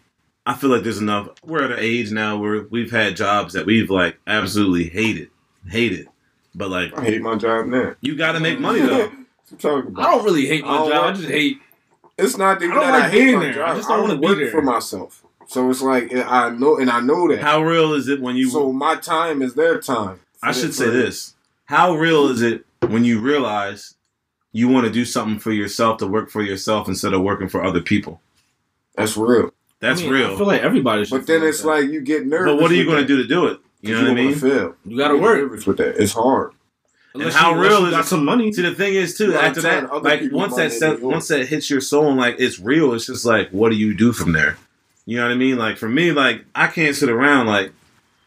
S3: I feel like there's enough. We're at an age now where we've had jobs that we've like absolutely hated, hated. But like,
S4: I hate my job now.
S3: you gotta make money though.
S4: What you talking
S2: I
S4: about?
S2: don't really hate
S4: I
S2: my
S4: don't
S2: job. I
S4: want-
S2: just hate.
S4: It's not even
S2: I don't
S4: that
S2: like
S4: I hate
S2: being
S4: my
S2: there.
S4: job.
S2: I just don't wanna be
S4: work
S2: there.
S4: for myself. So it's like and I know, and I know that.
S3: How real is it when you?
S4: so my time is their time.
S3: I should say this. How real is it when you realize you want to do something for yourself to work for yourself instead of working for other people?
S4: That's real.
S3: That's
S2: I mean, I
S3: real.
S2: feel like everybody should.
S4: But then
S2: feel
S4: it's
S2: that.
S4: like you get nervous.
S3: but what are you
S4: with
S3: gonna
S4: that.
S3: do to do it? You know what I mean?
S4: Fail.
S2: You gotta work.
S4: With that, it's hard.
S2: Unless
S3: how
S2: you,
S3: real
S2: unless you
S3: is
S2: got
S3: it?
S2: some money.
S3: See, the thing is too.
S4: Yeah, I'm
S3: after
S4: telling
S3: that,
S4: other
S3: like
S4: people
S3: once
S4: about
S3: that
S4: that
S3: stuff,
S4: New York.
S3: once that hits your soul and like it's real, it's just like, what do you do from there? You know what I mean? Like for me, like I can't sit around like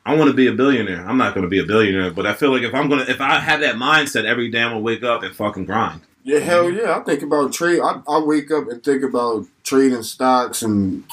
S3: I want to be a billionaire. I'm not going to be a billionaire, but I feel like if I'm gonna, if I have that mindset every day, I'm gonna wake up and fucking grind.
S4: Yeah, hell yeah. I think about trade. I, I wake up and think about trading stocks and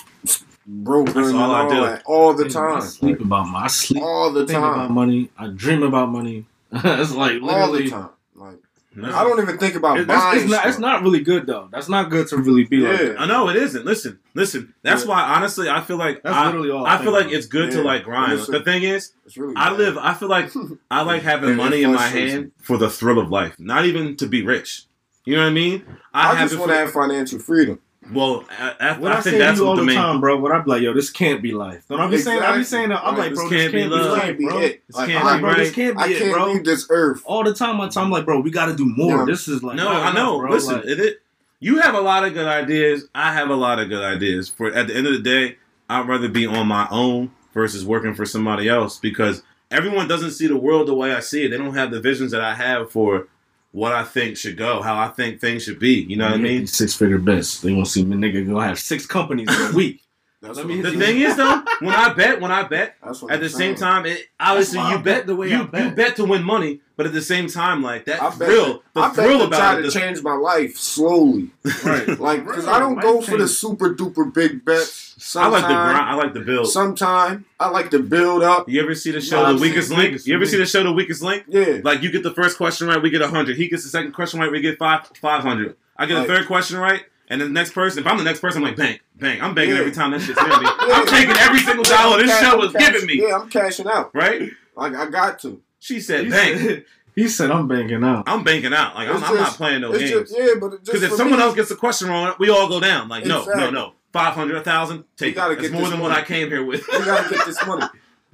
S4: brokering
S3: That's
S4: and
S3: all
S4: all,
S3: I do.
S4: that all the
S2: Hey, I
S4: time.
S2: sleep about my I sleep.
S4: Like, all the
S2: I think about
S4: time.
S2: money. I dream about money. it's like
S4: All
S2: literally.
S4: the time. Like I don't even think about
S2: It's, it's-
S4: buying.
S2: it's not,
S4: stuff.
S2: it's not really good though. That's not good to really be like.
S4: Yeah.
S2: that.
S3: I know it isn't. Listen, listen. That's
S4: Yeah.
S3: why honestly, I feel like
S2: That's
S3: I,
S2: literally all.
S3: I feel
S2: think
S3: like
S2: about.
S3: it's good to
S4: Yeah.
S3: like grind.
S4: Listen.
S3: the thing is,
S4: It's really
S3: I
S4: bad.
S3: live. I feel like I like having
S4: And
S3: money in my
S4: influences.
S3: hand for the thrill of life, not even to be rich. You know what I mean?
S4: I,
S3: have
S4: just
S3: it
S4: want to
S3: for-
S4: have financial freedom.
S3: Well, I, I,
S2: What I,
S3: I
S2: say
S3: think
S2: to
S3: that's
S2: you all
S3: what the
S2: the
S3: main.
S2: time, bro. What I be like, yo, this can't be life. Don't I be saying? I be
S4: Exactly.
S2: saying that. I'm
S4: Right.
S2: like, bro,
S3: This
S2: this
S3: can't
S2: can't,
S3: be
S2: be
S3: love.
S2: life,
S4: Can't be
S2: bro.
S4: it.
S3: This
S4: Like,
S3: can't
S4: I,
S2: Like, bro, this
S3: right.
S2: can't be
S4: I
S2: it,
S4: can't
S2: bro.
S4: leave this earth.
S2: All the time, my time, like, bro, we gotta do more.
S4: Yeah.
S2: This is like,
S3: no,
S2: not
S3: I know.
S2: enough, bro.
S3: Listen,
S2: Like,
S3: it, it, you have a lot of good ideas. I have a lot of good ideas. For at the end of the day, I'd rather be on my own versus working for somebody else because everyone doesn't see the world the way I see it. They don't have the visions that I have for what I think should go, how I think things should be. You know what I mean?
S2: Six figure best. They want to see me, nigga, gonna have six companies in a week.
S4: That's
S2: Let
S4: what
S2: me
S4: I'm
S2: hit
S3: The
S2: you.
S4: saying.
S3: thing is, though, when I bet, when I bet,
S4: That's what
S3: at
S4: I'm
S3: the
S4: saying.
S3: same time, it, obviously
S2: why I
S3: you bet
S2: bet the way
S3: you,
S2: I bet.
S3: you bet to win money, but at the same time, like that
S4: I bet
S3: thrill, the
S4: I bet
S3: thrill
S4: to try
S3: about it,
S4: to
S3: the-
S4: change my life slowly.
S2: Right.
S4: Like, because
S2: Right,
S4: I don't go
S2: life
S4: for the
S2: change.
S4: super duper big bets.
S3: I like
S4: Sometime,
S3: the grind, I like the build.
S4: Sometime I like to build up.
S3: You ever see the
S4: No,
S3: show
S4: I've
S3: The Weakest
S2: seen
S3: Link?
S2: Vegas
S3: You ever
S2: for
S3: see
S2: me.
S3: the show The Weakest Link?
S4: Yeah,
S3: Like you get the first question right, we get hundred. He gets the second question right, we get five five hundred. I get
S4: Right.
S3: the third question right, and then the next person. If I'm the next person, I'm like bang bang. I'm banking
S4: Yeah.
S3: every time that shit's near me. I'm taking every single dollar oh, this
S4: I'm
S3: show
S4: ca-
S3: was
S4: I'm cash-
S3: giving me.
S4: Yeah, I'm cashing out.
S3: Right?
S4: Like I got to.
S3: She said
S2: He
S3: bang.
S2: said- He said, I'm banking out.
S3: I'm banking out. Like I'm,
S4: It's
S3: I'm not
S4: just-
S3: playing no
S4: it's
S3: games.
S4: just yeah, but it just
S3: Because if
S4: for
S3: someone
S4: me,
S3: else gets a question wrong, we all go down. Like, no, no,
S4: Exactly.
S3: no. 500, 1,000, take
S4: gotta
S3: it. It's
S4: get
S3: more
S4: this
S3: than what
S4: money.
S3: I came here with.
S4: you gotta get this money.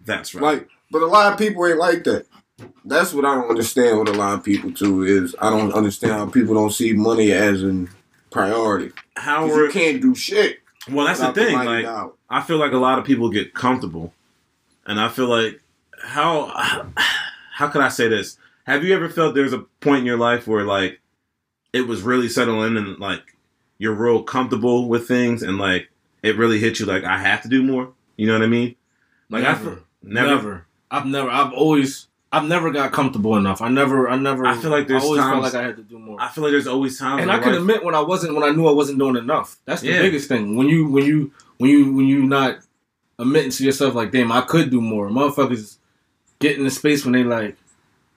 S3: That's right.
S4: Like, but a lot of people ain't like that. That's what I don't understand with a lot of people too is I don't understand how people don't see money as in priority. 'Cause
S3: Howard,
S4: you can't do shit.
S3: well, that's the
S4: without
S3: thing.
S4: money
S3: Like,
S4: now.
S3: I feel like a lot of people get comfortable. And I feel like, how, how could I say this? Have you ever felt there's a point in your life where, like, it was really settling and, like, you're real comfortable with things and, like, it really hit you, like, I have to do more? You know what I mean? Like, I feel,
S2: Never.
S3: never.
S2: I've never. I've always. I've never got comfortable enough. I never. I never.
S3: I feel like there's
S2: I always
S3: times-
S2: felt like I had to do more.
S3: I feel like there's always times
S2: and
S3: in
S2: I can
S3: life-
S2: admit when I wasn't when I knew I wasn't doing enough. That's the
S3: Yeah.
S2: biggest thing. When you when you when you when you not admitting to yourself like, damn, I could do more. Motherfuckers get in the space when they like,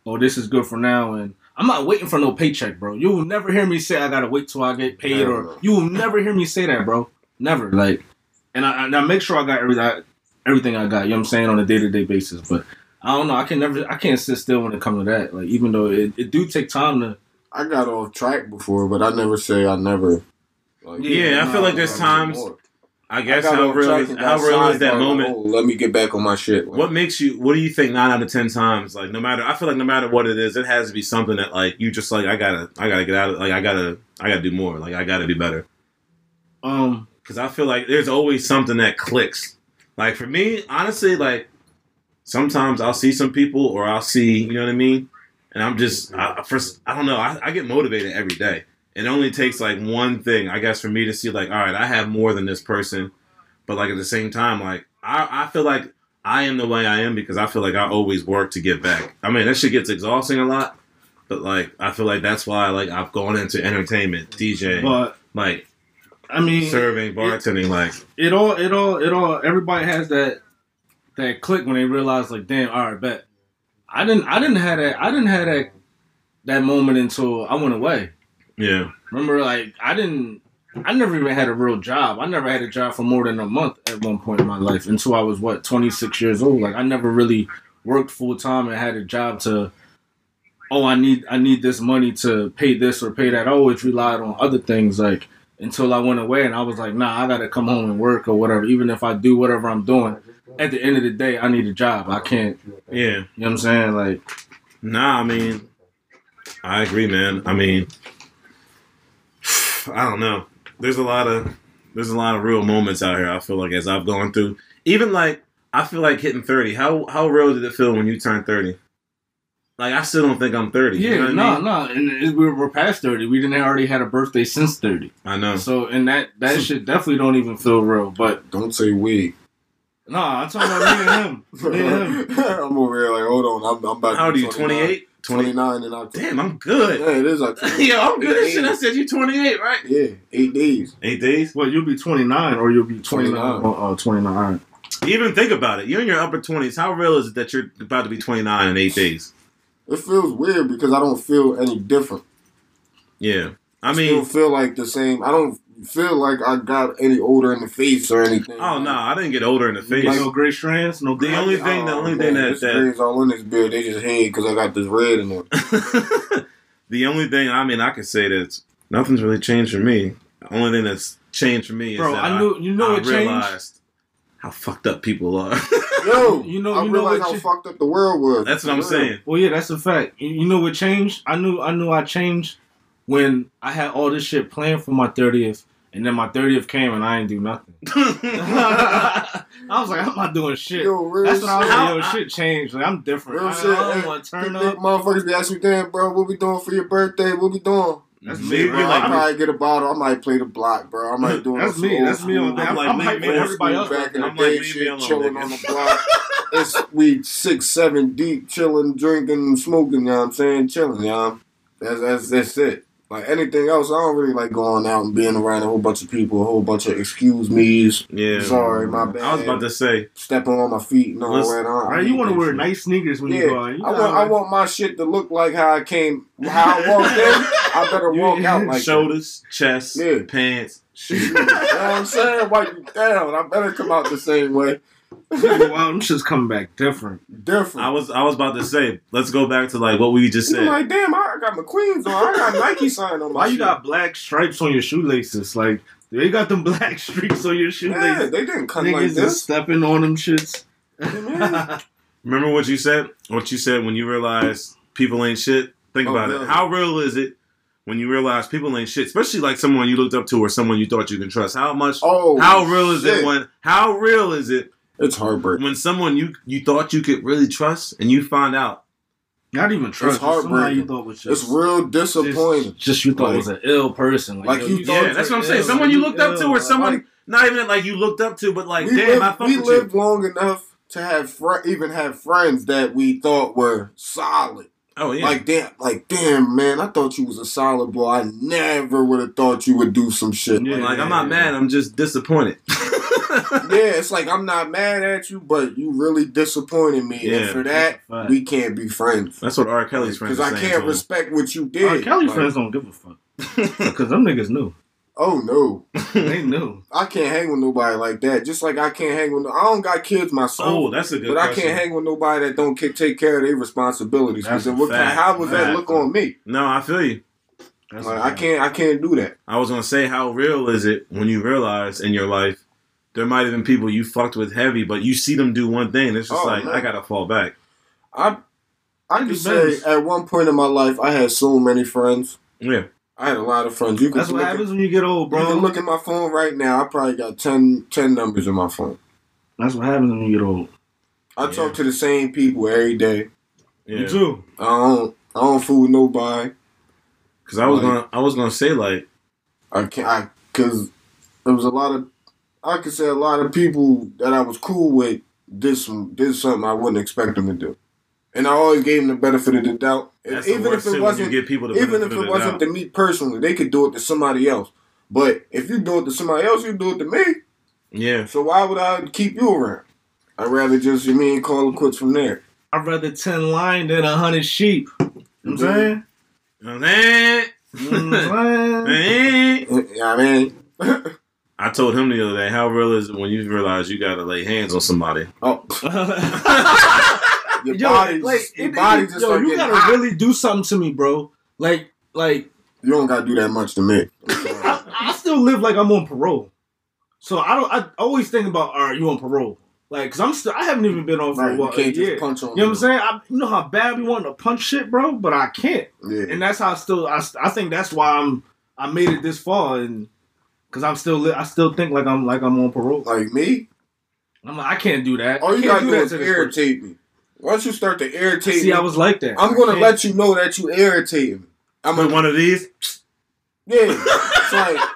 S2: oh, this is good for now, and I'm not waiting for no paycheck, bro. You will never hear me say I gotta wait till I get paid,
S4: No,
S2: or
S4: no.
S2: you will never hear me say that, bro. Never. Like, and I and I make sure I got everything I, everything I got. You know what I'm saying on a day to day basis, but. I don't know. I can never. I can't sit still when it comes to that. Like, even though it, it do take time to
S4: I got off track before, but I never say I never. Like,
S3: Yeah, I feel like there's
S4: I'm
S3: times-
S4: more.
S3: I guess
S4: got
S3: how
S4: off
S3: real
S4: track
S3: is,
S4: and
S3: how
S4: got
S3: real is that
S4: sidetracked,
S3: moment?
S4: like, oh, let me get back on my shit. Like,
S3: What makes you? What do you think? Nine out of ten times, like no matter, I feel like no matter what it is, it has to be something that like you just like I gotta, I gotta get out of, like I gotta, I gotta do more, like I gotta be better.
S2: um
S3: Because I feel like there's always something that clicks. Like for me, honestly, like sometimes I'll see some people or I'll see, you know what I mean, and I'm just I, first, I don't know, I, I get motivated every day. It only takes like one thing, I guess, for me to see like, all right, I have more than this person, but like at the same time, like I, I feel like I am the way I am because I feel like I always work to give back. I mean, that shit gets exhausting a lot, but like I feel like that's why like I've gone into entertainment, DJing,
S2: but
S3: like
S2: I mean
S3: serving, bartending, like.
S2: it all it all it all everybody has that that click when they realize like damn all right bet I didn't I didn't have that I didn't have that that moment until I went away
S3: Yeah,
S2: remember like I didn't I never even had a real job I never had a job for more than a month at one point in my life until I was what 26 years old like I never really worked full time and had a job to oh I need I need this money to pay this or pay that I always relied on other things like until I went away and I was like, nah, I gotta come home and work or whatever. Even if I do whatever I'm doing, at the end of the day, I need a job. I can't,
S3: yeah.
S2: you know what I'm saying? Like,
S3: Nah, I mean, I agree, man. I mean, I don't know. There's a lot of there's a lot of real moments out here. I feel like as I've gone through, even like I feel like hitting thirty. How how real did it feel when you turned thirty? Like I still don't think I'm thirty. you know
S2: Yeah,
S3: what I,
S2: no,
S3: mean?
S2: no, and it, we're, we're past thirty. We didn't already had a birthday since thirty,
S3: I know.
S2: so and that that shit definitely don't even feel real. But
S4: Don't say we.
S2: no, I'm talking about me and him, me and him.
S4: I'm over here like, hold on, I'm, I'm about. to
S3: How old are
S4: be
S3: you? 28? 20.
S4: 29 in October.
S3: Damn, I'm good.
S4: Yeah, it is October.
S3: Yo, I'm good as shit. I said you 28, right?
S4: yeah, eight days.
S3: Eight days.
S2: Well, you'll be 29 or you'll be 29.
S4: 29.
S2: Oh, oh, 29.
S3: Even think about it. You're in your upper 20s. How real is it that you're about to be 29 in eight days?
S4: It feels weird because I don't feel any different.
S3: Yeah. I
S4: still
S3: mean,
S4: feel like the same. I don't feel like I got any older in the face or anything.
S3: oh no, I didn't get older in the face.
S2: Like, no gray strands, no gray.
S3: The only thing, the
S4: Oh,
S3: only
S4: man,
S3: thing that
S4: this
S3: that
S4: green's all in this beard. They just hate because I got this red in there.
S3: the only thing I mean I can say that's nothing's really changed for me. The only thing that's changed for me is
S2: Bro,
S3: that
S2: I knew you know
S3: I
S2: it changed.
S3: how fucked up people are.
S4: Yo,
S2: You know-
S4: I
S2: you know
S4: realized
S2: what
S4: how
S2: you-
S4: fucked up the world was.
S3: that's what I'm
S4: For real.
S3: saying.
S2: Well, yeah, that's a fact. You- You know what changed? I knew I knew I changed when I had all this shit planned for my 30th, and then my 30th came and I didn't do nothing. I was like, I'm not doing shit.
S4: Yo, real
S2: that's when I was
S4: shit.
S2: like, yo, shit changed. Like, I'm different.
S4: Real
S2: I, I
S4: shit.
S2: don't
S4: Hey,
S2: want to turn
S4: Big, big
S2: up.
S4: Motherfuckers be asking me, damn, bro, what we doing for your birthday? What we doing?
S2: That's
S3: Me,
S2: me,
S3: you're
S2: bro.
S4: Bro, I
S3: like,
S4: might get a bottle. I might play the block, bro. I might do
S2: That's
S4: some
S2: me.
S4: old
S2: That's me
S4: school-
S2: on that.
S3: I'm
S2: I'm,
S3: like,
S2: I'm
S3: leave
S2: hyped
S3: me
S2: when
S3: alone.
S2: everybody else.
S4: back in the
S3: I'm like,
S4: day,
S3: leave me
S4: shit,
S3: alone,
S4: chilling
S3: nigga.
S4: on the block. it's we six, seven deep, chilling, drinking, smoking. You know what I'm saying? Chilling, you know? That's that's that's it. Like anything else, I don't really like going out and being around a whole bunch of people, a whole bunch of excuse me's.
S3: Yeah.
S4: Sorry, my bad.
S3: I was about to say
S4: stepping on my feet and all
S3: Listen,
S4: that. I- I
S2: Right, you
S4: hate
S2: want to
S4: that
S2: wear
S4: shit.
S2: nice sneakers when
S4: Yeah,
S2: you go out. You
S4: I
S2: know,
S4: want I want my shit to look like how I came, how I walked in. I better
S2: You-
S4: walk out like that.
S3: shoulders, chest,
S4: Yeah.
S3: pants, shoes.
S4: You know what I'm saying? Wipe you down. I better come out the same way.
S2: you go out, them shit's coming back different.
S4: Different.
S3: I was I was about to say, let's go back to like what we just
S4: you
S3: said.
S4: like, damn, I got my Queens on. I got Nike sign on my
S2: Why you
S4: shit.
S2: got black stripes on your shoelaces? Like they got them black streaks on your
S4: yeah,
S2: shoelaces.
S4: they didn't cut
S2: Niggas
S4: like
S2: is
S4: this.
S2: stepping on them shits.
S4: Mhm.
S3: Remember what you said? What you said when you realized people ain't shit? Think
S4: Oh,
S3: about
S4: really?
S3: it. How real is it when you realize people ain't shit? Especially like someone you looked up to or someone you thought you can trust. How much
S4: Oh,
S3: how real is
S4: shit.
S3: it when how real is it
S4: It's heartbreak.
S3: when someone you you thought you could really trust and you find out
S2: Not even trust. It's somebody
S4: heartbreaking.
S2: you thought was just
S4: It's real
S2: just-
S4: disappointing.
S2: Just you thought
S4: Like-
S2: was an ill person. Like,
S4: like
S2: yo,
S4: you thought-
S3: Yeah, that's what I'm saying.
S2: ill,
S3: Someone you looked up to
S2: ill.
S3: or someone
S4: Like-
S3: not even like you looked up to, but like
S4: we
S3: damn,
S4: lived,
S3: I fuck
S4: we
S3: with
S4: lived
S3: you.
S4: long enough to have fr- even have friends that we thought were solid.
S3: Oh yeah.
S4: Like damn, like damn, man. I thought you was a solid boy. I never would have thought you would do some shit.
S2: Yeah.
S4: like
S3: like I'm not mad, I'm just disappointed.
S4: yeah, it's like I'm not mad at you, but you really disappointed me.
S3: Yeah.
S4: And for that,
S2: Fuck.
S4: we can't be friends.
S3: That's what R. Kelly's friends
S4: Because
S3: are
S4: I
S3: saying
S4: can't
S3: to him.
S4: respect what you did.
S2: R. Uh, Kelly
S4: Like,
S2: friends don't give a fuck because them niggas knew.
S4: Oh no,
S2: They knew.
S4: I can't hang with nobody like that. Just like I can't hang with. No, I don't got kids myself.
S3: Oh, that's a good
S4: but I
S3: question.
S4: can't hang with nobody that don't ca- take care of their responsibilities. Because
S2: That's a
S4: then what?
S3: fact.
S4: How was that
S3: Fact.
S4: look on me?
S3: no, I feel you.
S2: That's
S4: Like,
S2: what
S4: I can't. I can't do that.
S3: I was gonna say, how real is it when you realize in your life there might have been people you fucked with heavy, but you see them do one thing, it's just
S4: Oh,
S3: like
S4: man.
S3: I gotta fall back.
S4: I. I
S2: Be
S4: can say
S2: nice.
S4: at one point in my life, I had so many friends.
S3: Yeah,
S4: I had a lot of friends. You can
S2: That's what
S4: look at-
S2: happens when you get old,
S4: Bro,
S2: bro.
S4: look at my phone right now. I probably got 10, 10 numbers in my phone.
S2: That's what happens when you get old.
S4: I
S3: Yeah.
S4: talk to the same people every day.
S2: You
S3: yeah.
S2: too.
S4: I don't. I don't fool nobody.
S3: Because I was
S4: Like-
S3: gonna, I was gonna say like,
S4: I can't. I because there was a lot of. I could say a lot of people that I was cool with did some did something I wouldn't expect them to do, and I always gave them the benefit of the doubt. And
S3: that's the
S4: even if
S3: worst
S4: it
S3: shit when you
S4: wasn't,
S3: get people to
S4: even if it wasn't
S3: the
S4: to me personally, they could do it to somebody else. But if you do it to somebody else, you do it to me.
S3: yeah.
S4: So why would I keep you around? I'd rather just you mean call it quits from there.
S2: I'd rather ten lion than a hundred sheep. You know what I'm saying.
S3: You know what I'm saying?
S2: Man.
S3: Man.
S4: You know what I mean?
S3: I told him the other day, how real is it when you realize you gotta lay hands on somebody?
S4: Oh, your
S2: yo,
S4: body,
S2: like,
S4: your
S2: it-
S4: body
S2: it-
S4: just
S2: yo,
S4: start
S2: you
S4: getting
S2: gotta
S4: hot.
S2: really do something to me, bro. Like, like
S4: you don't gotta do that much to me.
S2: I, I still live like I'm on parole, so I don't. I always think about, all right, you on parole? Like, cause I'm still. I haven't even been on for
S4: Right,
S2: a
S4: you
S2: while.
S4: can't
S2: yeah.
S4: just punch on.
S2: you know what I'm saying? I, you know how bad we want to punch shit, bro, but I can't,
S4: saying? Yeah.
S2: and that's how I still. I, st- I think that's why I'm. I made it this far, and because I'm still. Li- I still think like I'm like I'm on parole.
S4: Like me,
S2: I'm like, I can't do that.
S4: All
S2: I
S4: you
S2: can't
S4: gotta do is
S2: to this person.
S4: irritate me. Once you start to irritate
S2: See,
S4: me,
S2: I was like that.
S4: I'm
S2: I
S4: gonna
S2: can't-
S4: let you know that you irritate me. I'm
S3: I'm in
S4: gonna,
S3: one of these.
S4: yeah. It's like,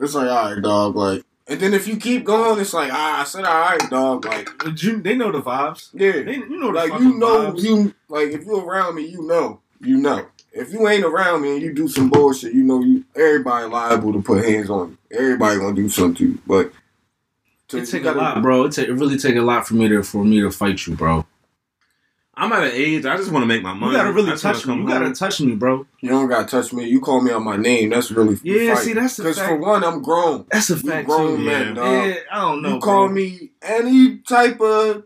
S4: it's like, all right, dog. Like, and then if you keep going, it's like, ah, I said, all right, dog. Like,
S2: But you, they know the vibes.
S4: yeah.
S2: They, you know the
S4: Like you
S2: fucking
S4: know
S2: vibes.
S4: you like if you around me, you know, you know. If you ain't around me and you do some bullshit, you know you everybody liable to put hands on you. Everybody gonna do something to you. But to,
S2: It
S4: you
S2: take a
S4: gotta-
S2: lot, bro. It, take, it really take a lot for me to for me to fight you, bro.
S3: I'm at an age. I just want to make my money.
S2: You gotta
S3: I
S2: really
S3: just wanna
S2: touch me.
S3: come
S2: You gotta
S3: home.
S2: touch me, bro.
S4: You don't gotta touch me. You call me out my name. That's really
S2: Yeah, see, that's the
S4: because for
S2: fact.
S4: one, I'm grown.
S2: That's a
S4: We
S2: fact
S4: grown
S2: too.
S4: men,
S3: Yeah.
S4: dog.
S2: Yeah, I don't know.
S4: you call
S2: bro.
S4: me any type of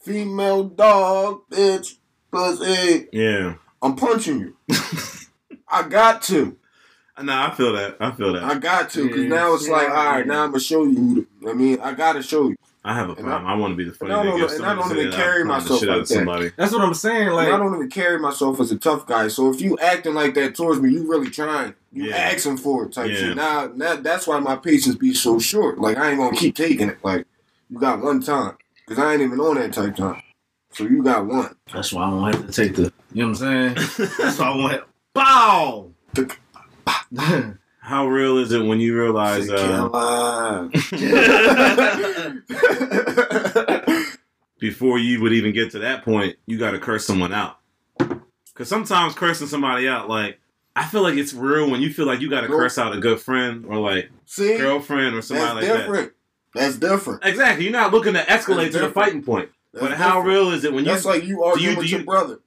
S4: female dog, bitch, pussy.
S3: yeah.
S4: I'm punching you. I got to.
S3: No, I feel that. I feel that.
S4: I got to. Because
S2: Yeah,
S4: now it's
S2: yeah,
S4: like, all right,
S2: yeah.
S4: now I'm gonna show you. Who the, I mean, I gotta show you.
S3: I have a
S4: And
S3: problem. I, want to be the
S4: and
S3: funny
S4: I don't
S3: nigga.
S4: even-
S3: If
S4: and I
S3: somebody
S4: don't
S3: say
S4: even
S3: that,
S4: carry
S3: I'll knock the
S4: myself
S3: shit
S4: like
S3: out of
S4: that.
S3: somebody.
S2: That's what I'm saying.
S4: And I
S2: Like,
S4: don't even carry myself as a tough guy. So if you acting like that towards me, you really trying. You
S3: Yeah.
S4: asking for it type
S3: Yeah.
S4: shit. Now, now that's why my patience be so short. Like I ain't gonna keep taking it. Like you got one time because I ain't even on that type time. So you got one.
S2: that's why I won't have to take the. You know what I'm saying? that's why I won't. Have, bow.
S3: How real is it when you realize? Uh,
S4: Tequila.
S3: before you would even get to that point, you got to curse someone out. Because sometimes cursing somebody out, like, I feel like it's real when you feel like you got to
S4: Nope.
S3: curse out a good friend or like
S4: See,
S3: girlfriend or somebody
S4: that's
S3: like
S4: different. That's different.
S3: that. Exactly. You're not looking to escalate
S4: That's
S3: to the
S4: different.
S3: fighting point.
S4: That's
S3: but how
S4: different.
S3: real is it when you?
S4: That's like you arguing
S3: you- do
S4: with your
S3: you-
S4: brother.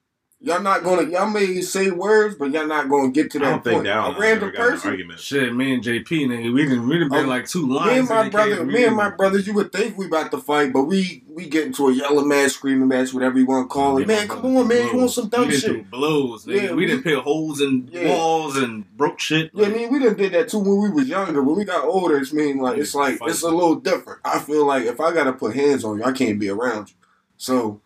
S4: Y'all not gonna. Y'all may say words, but y'all not gonna get to
S3: I
S4: that
S3: don't think
S4: point.
S3: that
S4: A random person.
S3: argument.
S2: Shit, me and JP, nigga, we didn't really been
S4: Oh,
S2: like two
S4: Me and
S2: lines.
S4: my
S2: they
S4: brother,
S2: came
S4: me and my
S2: really-
S4: brothers, you would think we about to fight, but we we get into a yelling match, screaming match, whatever you want to call
S2: Me
S4: it.
S2: and my
S4: Man, come
S2: brother
S4: on,
S2: threw
S4: man, you want
S2: blows.
S4: some dumb
S2: we done
S4: shit?
S2: threw blows, nigga.
S4: Yeah,
S2: we,
S4: we-
S2: didn't put holes in
S4: Yeah.
S2: walls and broke shit.
S4: Yeah, I mean, we done did that too when we was younger. When we got older, it's mean like it's like it's a little different. I feel like if I gotta put hands on you, I can't be around you. So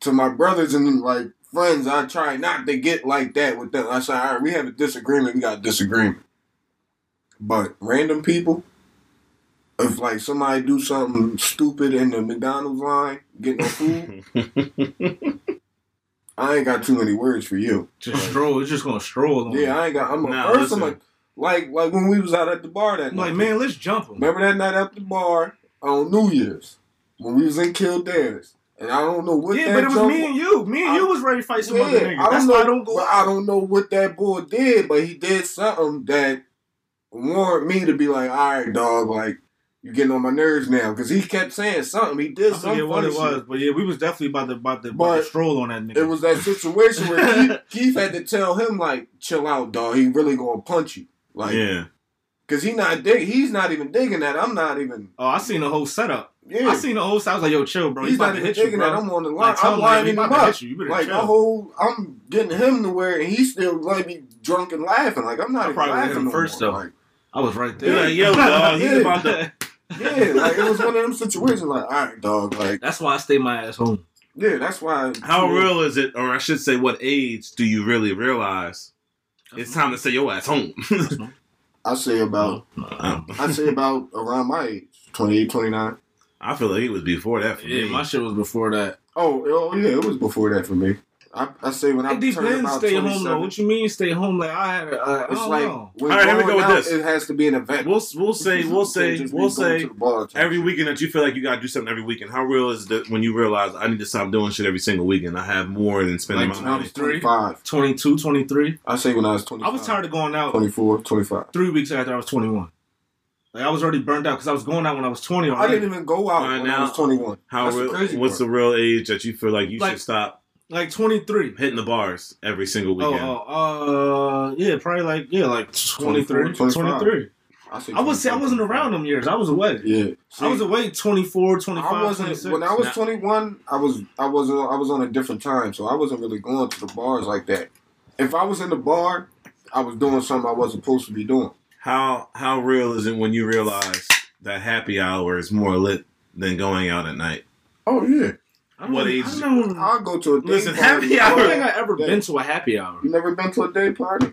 S4: to my brothers and like friends, I try not to get like that with them. I say, all right, we have a disagreement, we got a disagreement. But random people, if like somebody do something stupid in the McDonald's line, get no food, I ain't got too many words for you.
S2: just stroll. It's just gonna stroll. On
S4: Yeah, I ain't got. I'm a
S3: Nah,
S4: first. I'm
S3: listen.
S4: a- like like when we was out at the bar that
S2: I'm
S4: night.
S2: like, man, let's jump him.
S4: Remember that night at the bar on New Year's when we was in Kildare's, and I don't know what.
S2: yeah,
S4: that
S2: but it was
S4: junk
S2: me and you. Me and you
S4: I-
S2: was ready to fight some
S4: Yeah,
S2: other nigga.
S4: I
S2: That's
S4: don't
S2: why
S4: know.
S2: I don't go.
S4: but I don't know what that boy did, but he did something that warrant me to be like, all right, dog, like you getting on my nerves now because he kept saying something. He
S2: I
S4: did
S2: forget
S4: something.
S2: what
S4: funny
S2: it
S4: shit.
S2: was, but yeah, we was definitely about to about to, about
S4: But
S2: to stroll on that nigga.
S4: It was that situation where Keith, Keith had to tell him like, chill out, dog. He really gonna punch you, like,
S3: yeah,
S4: cause he not dig. He's not even digging that. I'm not even.
S2: oh, I seen the whole setup.
S4: Yeah.
S2: I seen the whole. I was like, yo, chill, bro. He's
S4: He's
S2: about
S4: not
S2: to
S4: even
S2: hit you,
S4: digging that.
S2: bro.
S4: I'm on the line.
S2: Like, tell
S4: I'm
S2: him, like, he
S4: lining him
S2: about to
S4: up.
S2: hit you. You better
S4: Like my
S2: chill.
S4: whole, I'm getting him to where he's still like be drunk and laughing. Like I'm not
S2: I
S4: even
S2: probably hit
S4: laughing
S2: him
S4: no
S2: first,
S4: more.
S2: though.
S4: Like,
S2: I was right
S3: They're
S2: there.
S3: like, yo, dog, he's about to.
S4: yeah, like it was one of them situations. Like all right, dog. Like
S2: That's why I stay my ass home.
S4: yeah, that's why.
S3: How real is it, or I should say, what age do you really realize it's time to say your ass home?
S4: I say about
S3: Um,
S4: I say about around my age, 28, 29.
S3: I feel like it was before that for
S2: Yeah,
S3: me.
S2: my shit was before that.
S4: Oh, oh yeah, it was before that for me. I, I say when I
S2: It
S4: turned
S2: depends.
S4: about
S2: Stay home though.
S4: 27.
S2: What you mean stay home? Like I had. Uh, I
S4: It's
S2: don't
S4: like
S2: know.
S4: when
S3: All right, here we
S4: going
S3: go with
S4: out,
S3: this.
S4: it has to be an event.
S3: We'll we'll say we'll
S4: You can't
S3: say
S4: just be
S3: we'll
S4: going
S3: say
S4: to the bar type
S3: every
S4: shit.
S3: weekend that you feel like you gotta do something every weekend. How real is that when you realize I need to stop doing shit every single weekend? I have more than spending
S2: Like
S3: my
S4: When I
S3: money.
S4: was 25.
S2: 22, 23.
S4: I say when I was 25.
S2: I was tired of going out
S4: 24, 25.
S2: three weeks after I was 21. Like I was already burned out because I was going out when I was 20
S4: I
S2: already.
S4: didn't even go
S3: All
S4: out
S3: right,
S4: when
S3: now-
S4: I was 21.
S3: How
S4: That's the
S3: real,
S4: crazy
S3: what's the
S4: part.
S3: real age that you feel like you
S2: Like-
S3: should stop
S2: like 23.
S3: hitting the bars every single
S2: Oh,
S3: weekend?
S2: oh, uh, yeah, probably like yeah, like 23,
S4: 24, 25.
S2: 23.
S4: I, say
S2: I would say I wasn't around them years. I was away.
S4: Yeah.
S2: I was away 24, 25,
S4: I wasn't
S2: 26.
S4: when I was
S3: Nah.
S4: 21. I was I was uh, I was on a different time, so I wasn't really going to the bars like that. If I was in the bar, I was doing something I wasn't supposed to be doing.
S3: How how real is it when you realize that happy hour is more lit than going out at night?
S4: Oh yeah,
S2: I don't-
S3: What age-
S2: I don't,
S4: I'll go to a day
S3: Listen,
S4: party.
S3: happy
S2: I don't
S3: hour-
S2: think I ever been to a happy hour.
S4: You never been to a day party?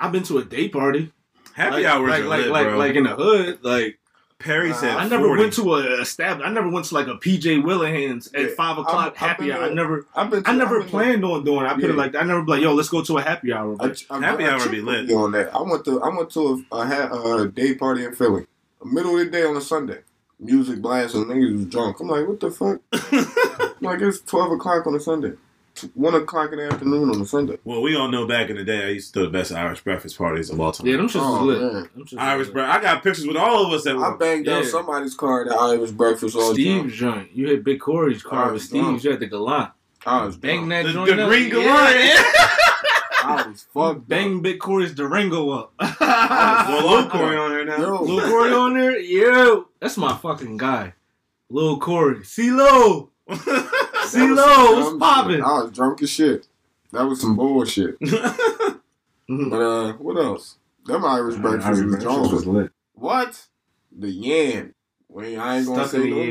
S2: I've been to a day party.
S3: Happy
S2: like,
S3: hours
S2: like
S3: are
S2: like
S3: lit,
S2: like
S3: bro.
S2: like in the hood. Like
S3: Perry
S4: Nah,
S3: said
S2: I never
S3: 40.
S2: went to a establishment. I never went to like a PJ Willihan's at
S4: Yeah,
S2: five o'clock
S4: I've- I've
S2: happy
S4: been
S2: hour.
S4: there.
S2: I never,
S4: I've been. To,
S2: I never
S4: I've been
S2: planned on doing. it. I put it
S4: Yeah.
S2: like that. I never be like, yo, let's go to a happy hour.
S4: to-
S2: But
S4: I- I-
S3: Happy
S4: I
S3: hour be
S4: tripped
S3: lit.
S4: you On that, I went to. I went to a, a, ha- a day party in Philly, middle of the day on a Sunday. Music blasting, niggas was drunk. I'm like, what the fuck? I'm like it's twelve o'clock on a Sunday, T- one o'clock in the afternoon on a Sunday.
S3: Well, we all know back in the day, I used to do the best Irish breakfast parties of all time.
S2: yeah, them shits
S4: Oh,
S2: was lit.
S4: man.
S2: Them shits was
S3: Irish
S2: lit.
S3: breakfast. I got pictures with all of us at
S4: I
S3: one.
S4: banged out
S2: Yeah.
S4: somebody's car at Irish breakfast all drunk.
S2: Steve's joint. You hit Big Corey's car
S4: I
S2: with
S4: was drunk.
S2: Steve's. You had the Galant.
S4: I was
S2: Bang
S4: banging.
S2: that
S3: The,
S2: joint.
S3: the
S2: up.
S3: green
S2: Yeah.
S3: yeah.
S4: I was fucked.
S2: Bang Big Corey's Durango up.
S3: well, Lil Corey on here
S4: up.
S3: now.
S4: Yo,
S2: Lil Corey on there? Yo. That's my fucking guy. Lil Corey. CeeLo. CeeLo. What's poppin'?
S4: I was drunk as shit. That was some bullshit.
S2: Mm-hmm.
S4: But uh, what else? Them Irish breakfast was Jones.
S2: lit.
S4: What? The yam. Well, I ain't gonna
S2: Stuck
S4: say
S2: in
S4: no
S2: the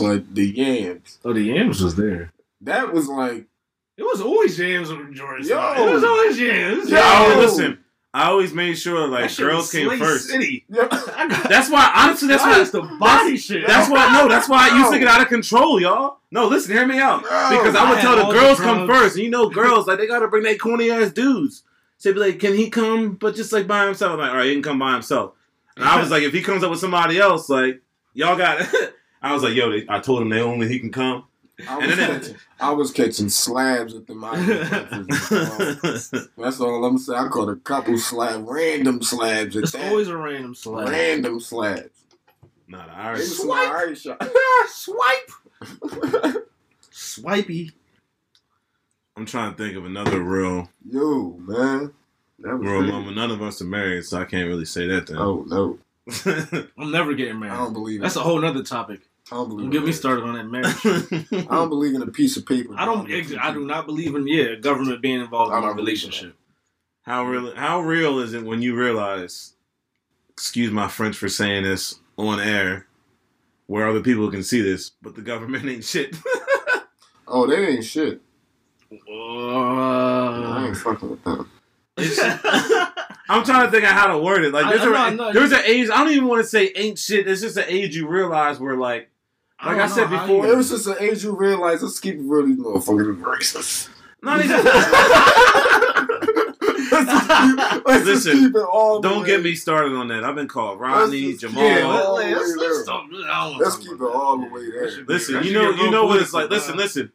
S2: yams.
S4: but the yams.
S2: Oh, the Yams was there.
S4: That was like
S2: It was always Yams with George.
S4: Yo.
S2: Scott. It was always Yams.
S3: Yeah, I always-
S4: Yo.
S3: listen, I always made sure like
S2: That shit
S3: girls
S2: was
S3: came
S2: Slay
S3: first.
S2: City.
S4: yeah,
S2: I got
S3: That's why, honestly, that's
S2: that's
S3: why.
S2: the body shit.
S3: That's why no. That's why I used to
S4: No.
S3: get out of control, y'all. No, listen, hear me out.
S4: No.
S3: Because I
S2: I
S3: would
S2: had
S3: tell the
S2: all the
S3: girls come
S2: drugs.
S3: first. You know, girls like they gotta bring their corny ass dudes. So they'd be like, "Can he come?" But just like by himself, I'm like, "All right, he can come by himself." And I was like, "If he comes up with somebody else, like y'all got." it." I was like, "Yo," they, I told him they only he can come.
S4: I
S3: And
S4: was,
S3: then-
S4: catching, I was catching slabs at the Irish breakfast. y'all.
S3: That's
S4: That's all I'm saying. I caught a couple slab, random slabs at
S2: It's
S4: that.
S2: always a random slap.
S4: random slabs.
S3: Not
S4: It
S3: Irish.
S4: was my Irish shot.
S2: Swipe. Swipey.
S3: I'm trying to think of another real,
S4: Yo, man, that was
S3: real
S4: crazy.
S3: moment. None of us are married, so I can't really say that. Then
S4: Oh no,
S2: I'm never getting
S4: I
S2: married.
S4: don't believe it.
S2: That's a whole nother topic.
S4: I don't believe
S2: Don't
S4: in
S2: get me
S4: that.
S2: started on that marriage. Oh.
S4: I don't believe in a piece of paper.
S2: I don't. ex- I do not believe in yeah government being involved
S4: I
S2: in a
S4: don't believe in
S2: relationship.
S3: How real? How real is it when you realize? Excuse my French for saying this on air, where other people can see this, but the government ain't shit.
S4: Oh, they ain't shit. I
S2: Uh,
S4: ain't fucking with them.
S3: I'm trying to think of how to word it. Like
S2: I-
S3: there's,
S2: I
S3: a,
S2: know, I know.
S3: there's an age. I don't even want to say ain't shit. It's just an age you realize where like Like I said before-
S4: Ever since the age you realize, let's keep it real, these motherfuckers are racist.
S3: not even.
S4: Let's just keep, let's just
S3: Listen,
S4: keep it all. the
S3: don't
S4: way.
S3: get me started on that. I've been called Rodney,
S4: just-
S3: Jamal.
S4: yeah,
S2: Let's,
S4: all the
S2: let's,
S4: way
S2: let's,
S4: there.
S2: stop- I don't wanna
S4: Let's
S2: talk
S4: keep it
S2: about that.
S4: all the way
S2: That
S4: there.
S2: should be-
S3: Listen,
S2: that
S3: you
S2: should
S3: know,
S2: get real
S3: you know what it's
S2: political,
S3: like. Listen,
S2: man.
S3: listen.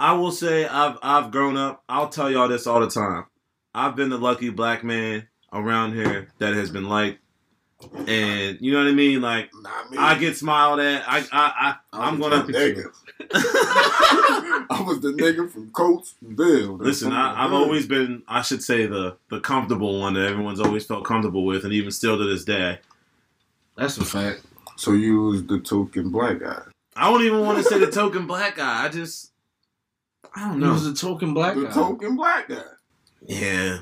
S3: I will say I've I've grown up. I'll tell y'all this all the time. I've been the lucky black man around here that has been liked, and you know what I mean. Like
S4: Nah, me.
S3: I get smiled at. I I, I I'm
S4: was
S3: gonna
S4: the nigga. I was the nigga from Coach Bill.
S3: listen. I, I've always been. I should say the the comfortable one that everyone's always felt comfortable with, and even still to this day.
S2: That's a fact.
S4: So you was the token black guy.
S3: I don't even want to say the token black guy. I just I don't
S2: He
S3: know.
S2: was a token black
S4: the
S2: guy.
S4: token black guy.
S3: Yeah.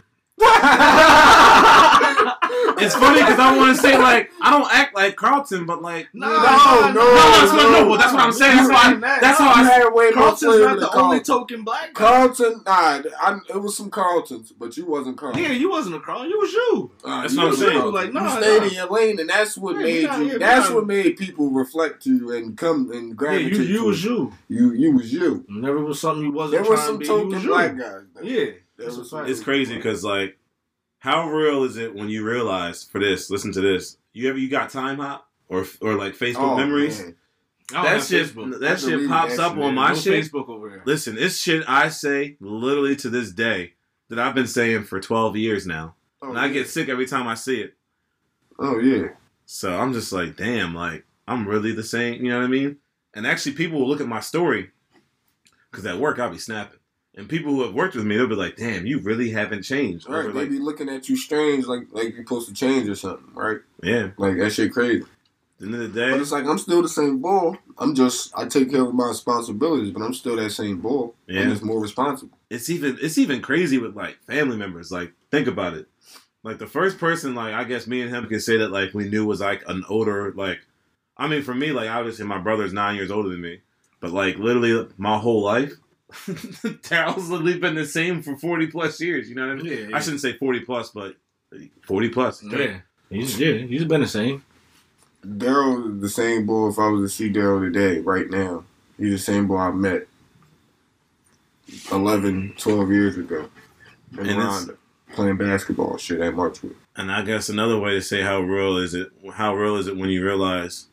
S3: It's funny because I want to say like I don't act like Carlton, but like
S2: No,
S4: No, no,
S3: that's what- no, but that's what I'm saying. That's why- that's how I-
S4: You had way more
S2: Carlton's
S4: flavor
S2: not
S4: than
S2: the only
S4: Carlton.
S2: token black guy.
S4: Carlton, nah, I, it was some Carltons, but you wasn't Carlton.
S2: Yeah, you wasn't a Carl. You was you.
S4: Uh,
S3: That's
S4: you
S3: what I'm
S4: was
S3: saying.
S4: Carlton.
S2: Like, nah,
S4: you stayed
S2: nah.
S4: in your lane, and that's what
S2: Yeah,
S4: made
S2: nah,
S4: you.
S2: yeah,
S4: that's
S2: nah.
S4: what made people reflect to you and come and
S2: Yeah,
S4: gravitate.
S2: you, you was
S4: to
S2: you.
S4: you. You, you was you.
S2: Never was something you wasn't
S4: There was
S2: trying
S4: some
S2: to be. You
S4: token
S2: was you.
S4: black guys.
S2: Yeah,
S4: There
S2: that's
S4: was
S2: a fact.
S3: it's crazy because like how real is it when you realize for this listen to this you ever you got time hop or or like facebook
S4: Oh,
S3: memories
S4: man.
S2: I don't
S3: that
S2: have
S3: shit
S2: Facebook.
S3: that
S4: Believe
S3: shit
S4: me,
S3: pops
S4: that
S3: up
S4: shit
S3: on
S4: is.
S3: my
S2: no
S3: shit
S2: Facebook over here.
S3: listen it's shit i say literally to this day that i've been saying for 12 years now
S4: Oh,
S3: and i
S4: yeah.
S3: get sick every time i see it
S4: Oh yeah.
S3: so i'm just like damn like i'm really the same you know what i mean and actually people will look at my story because at work i'll be snapping and people who have worked with me they'll be like damn you really haven't changed
S4: Right,
S3: over,
S4: they
S3: like,
S4: be looking at you strange, like like you're supposed to change or something, right?
S3: yeah
S4: Like that shit crazy.
S3: At the end of the day
S4: But it's like I'm still the same boy. I'm just I take care of my responsibilities, but I'm still that same boy.
S3: Yeah.
S4: I'm just more responsible.
S3: it's even it's even crazy with like family members. Like think about it. Like the first person, like I guess me and him can say that like we knew was like an older like, I mean for me like obviously my brother's nine years older than me, but like literally my whole life, Daryl's literally been the same for forty plus years. You know what I mean?
S2: Yeah, yeah.
S3: I shouldn't say forty plus, but forty plus.
S2: Yeah, he's yeah, he's been the same.
S4: Daryl is the same boy if I was to see Daryl today, right now. He's the same boy I met 11, 12 years ago. And,
S3: And it's-
S4: Rhonda playing basketball and shit at Marchwood.
S3: And I guess another way to say how real is it? How real is it when you realize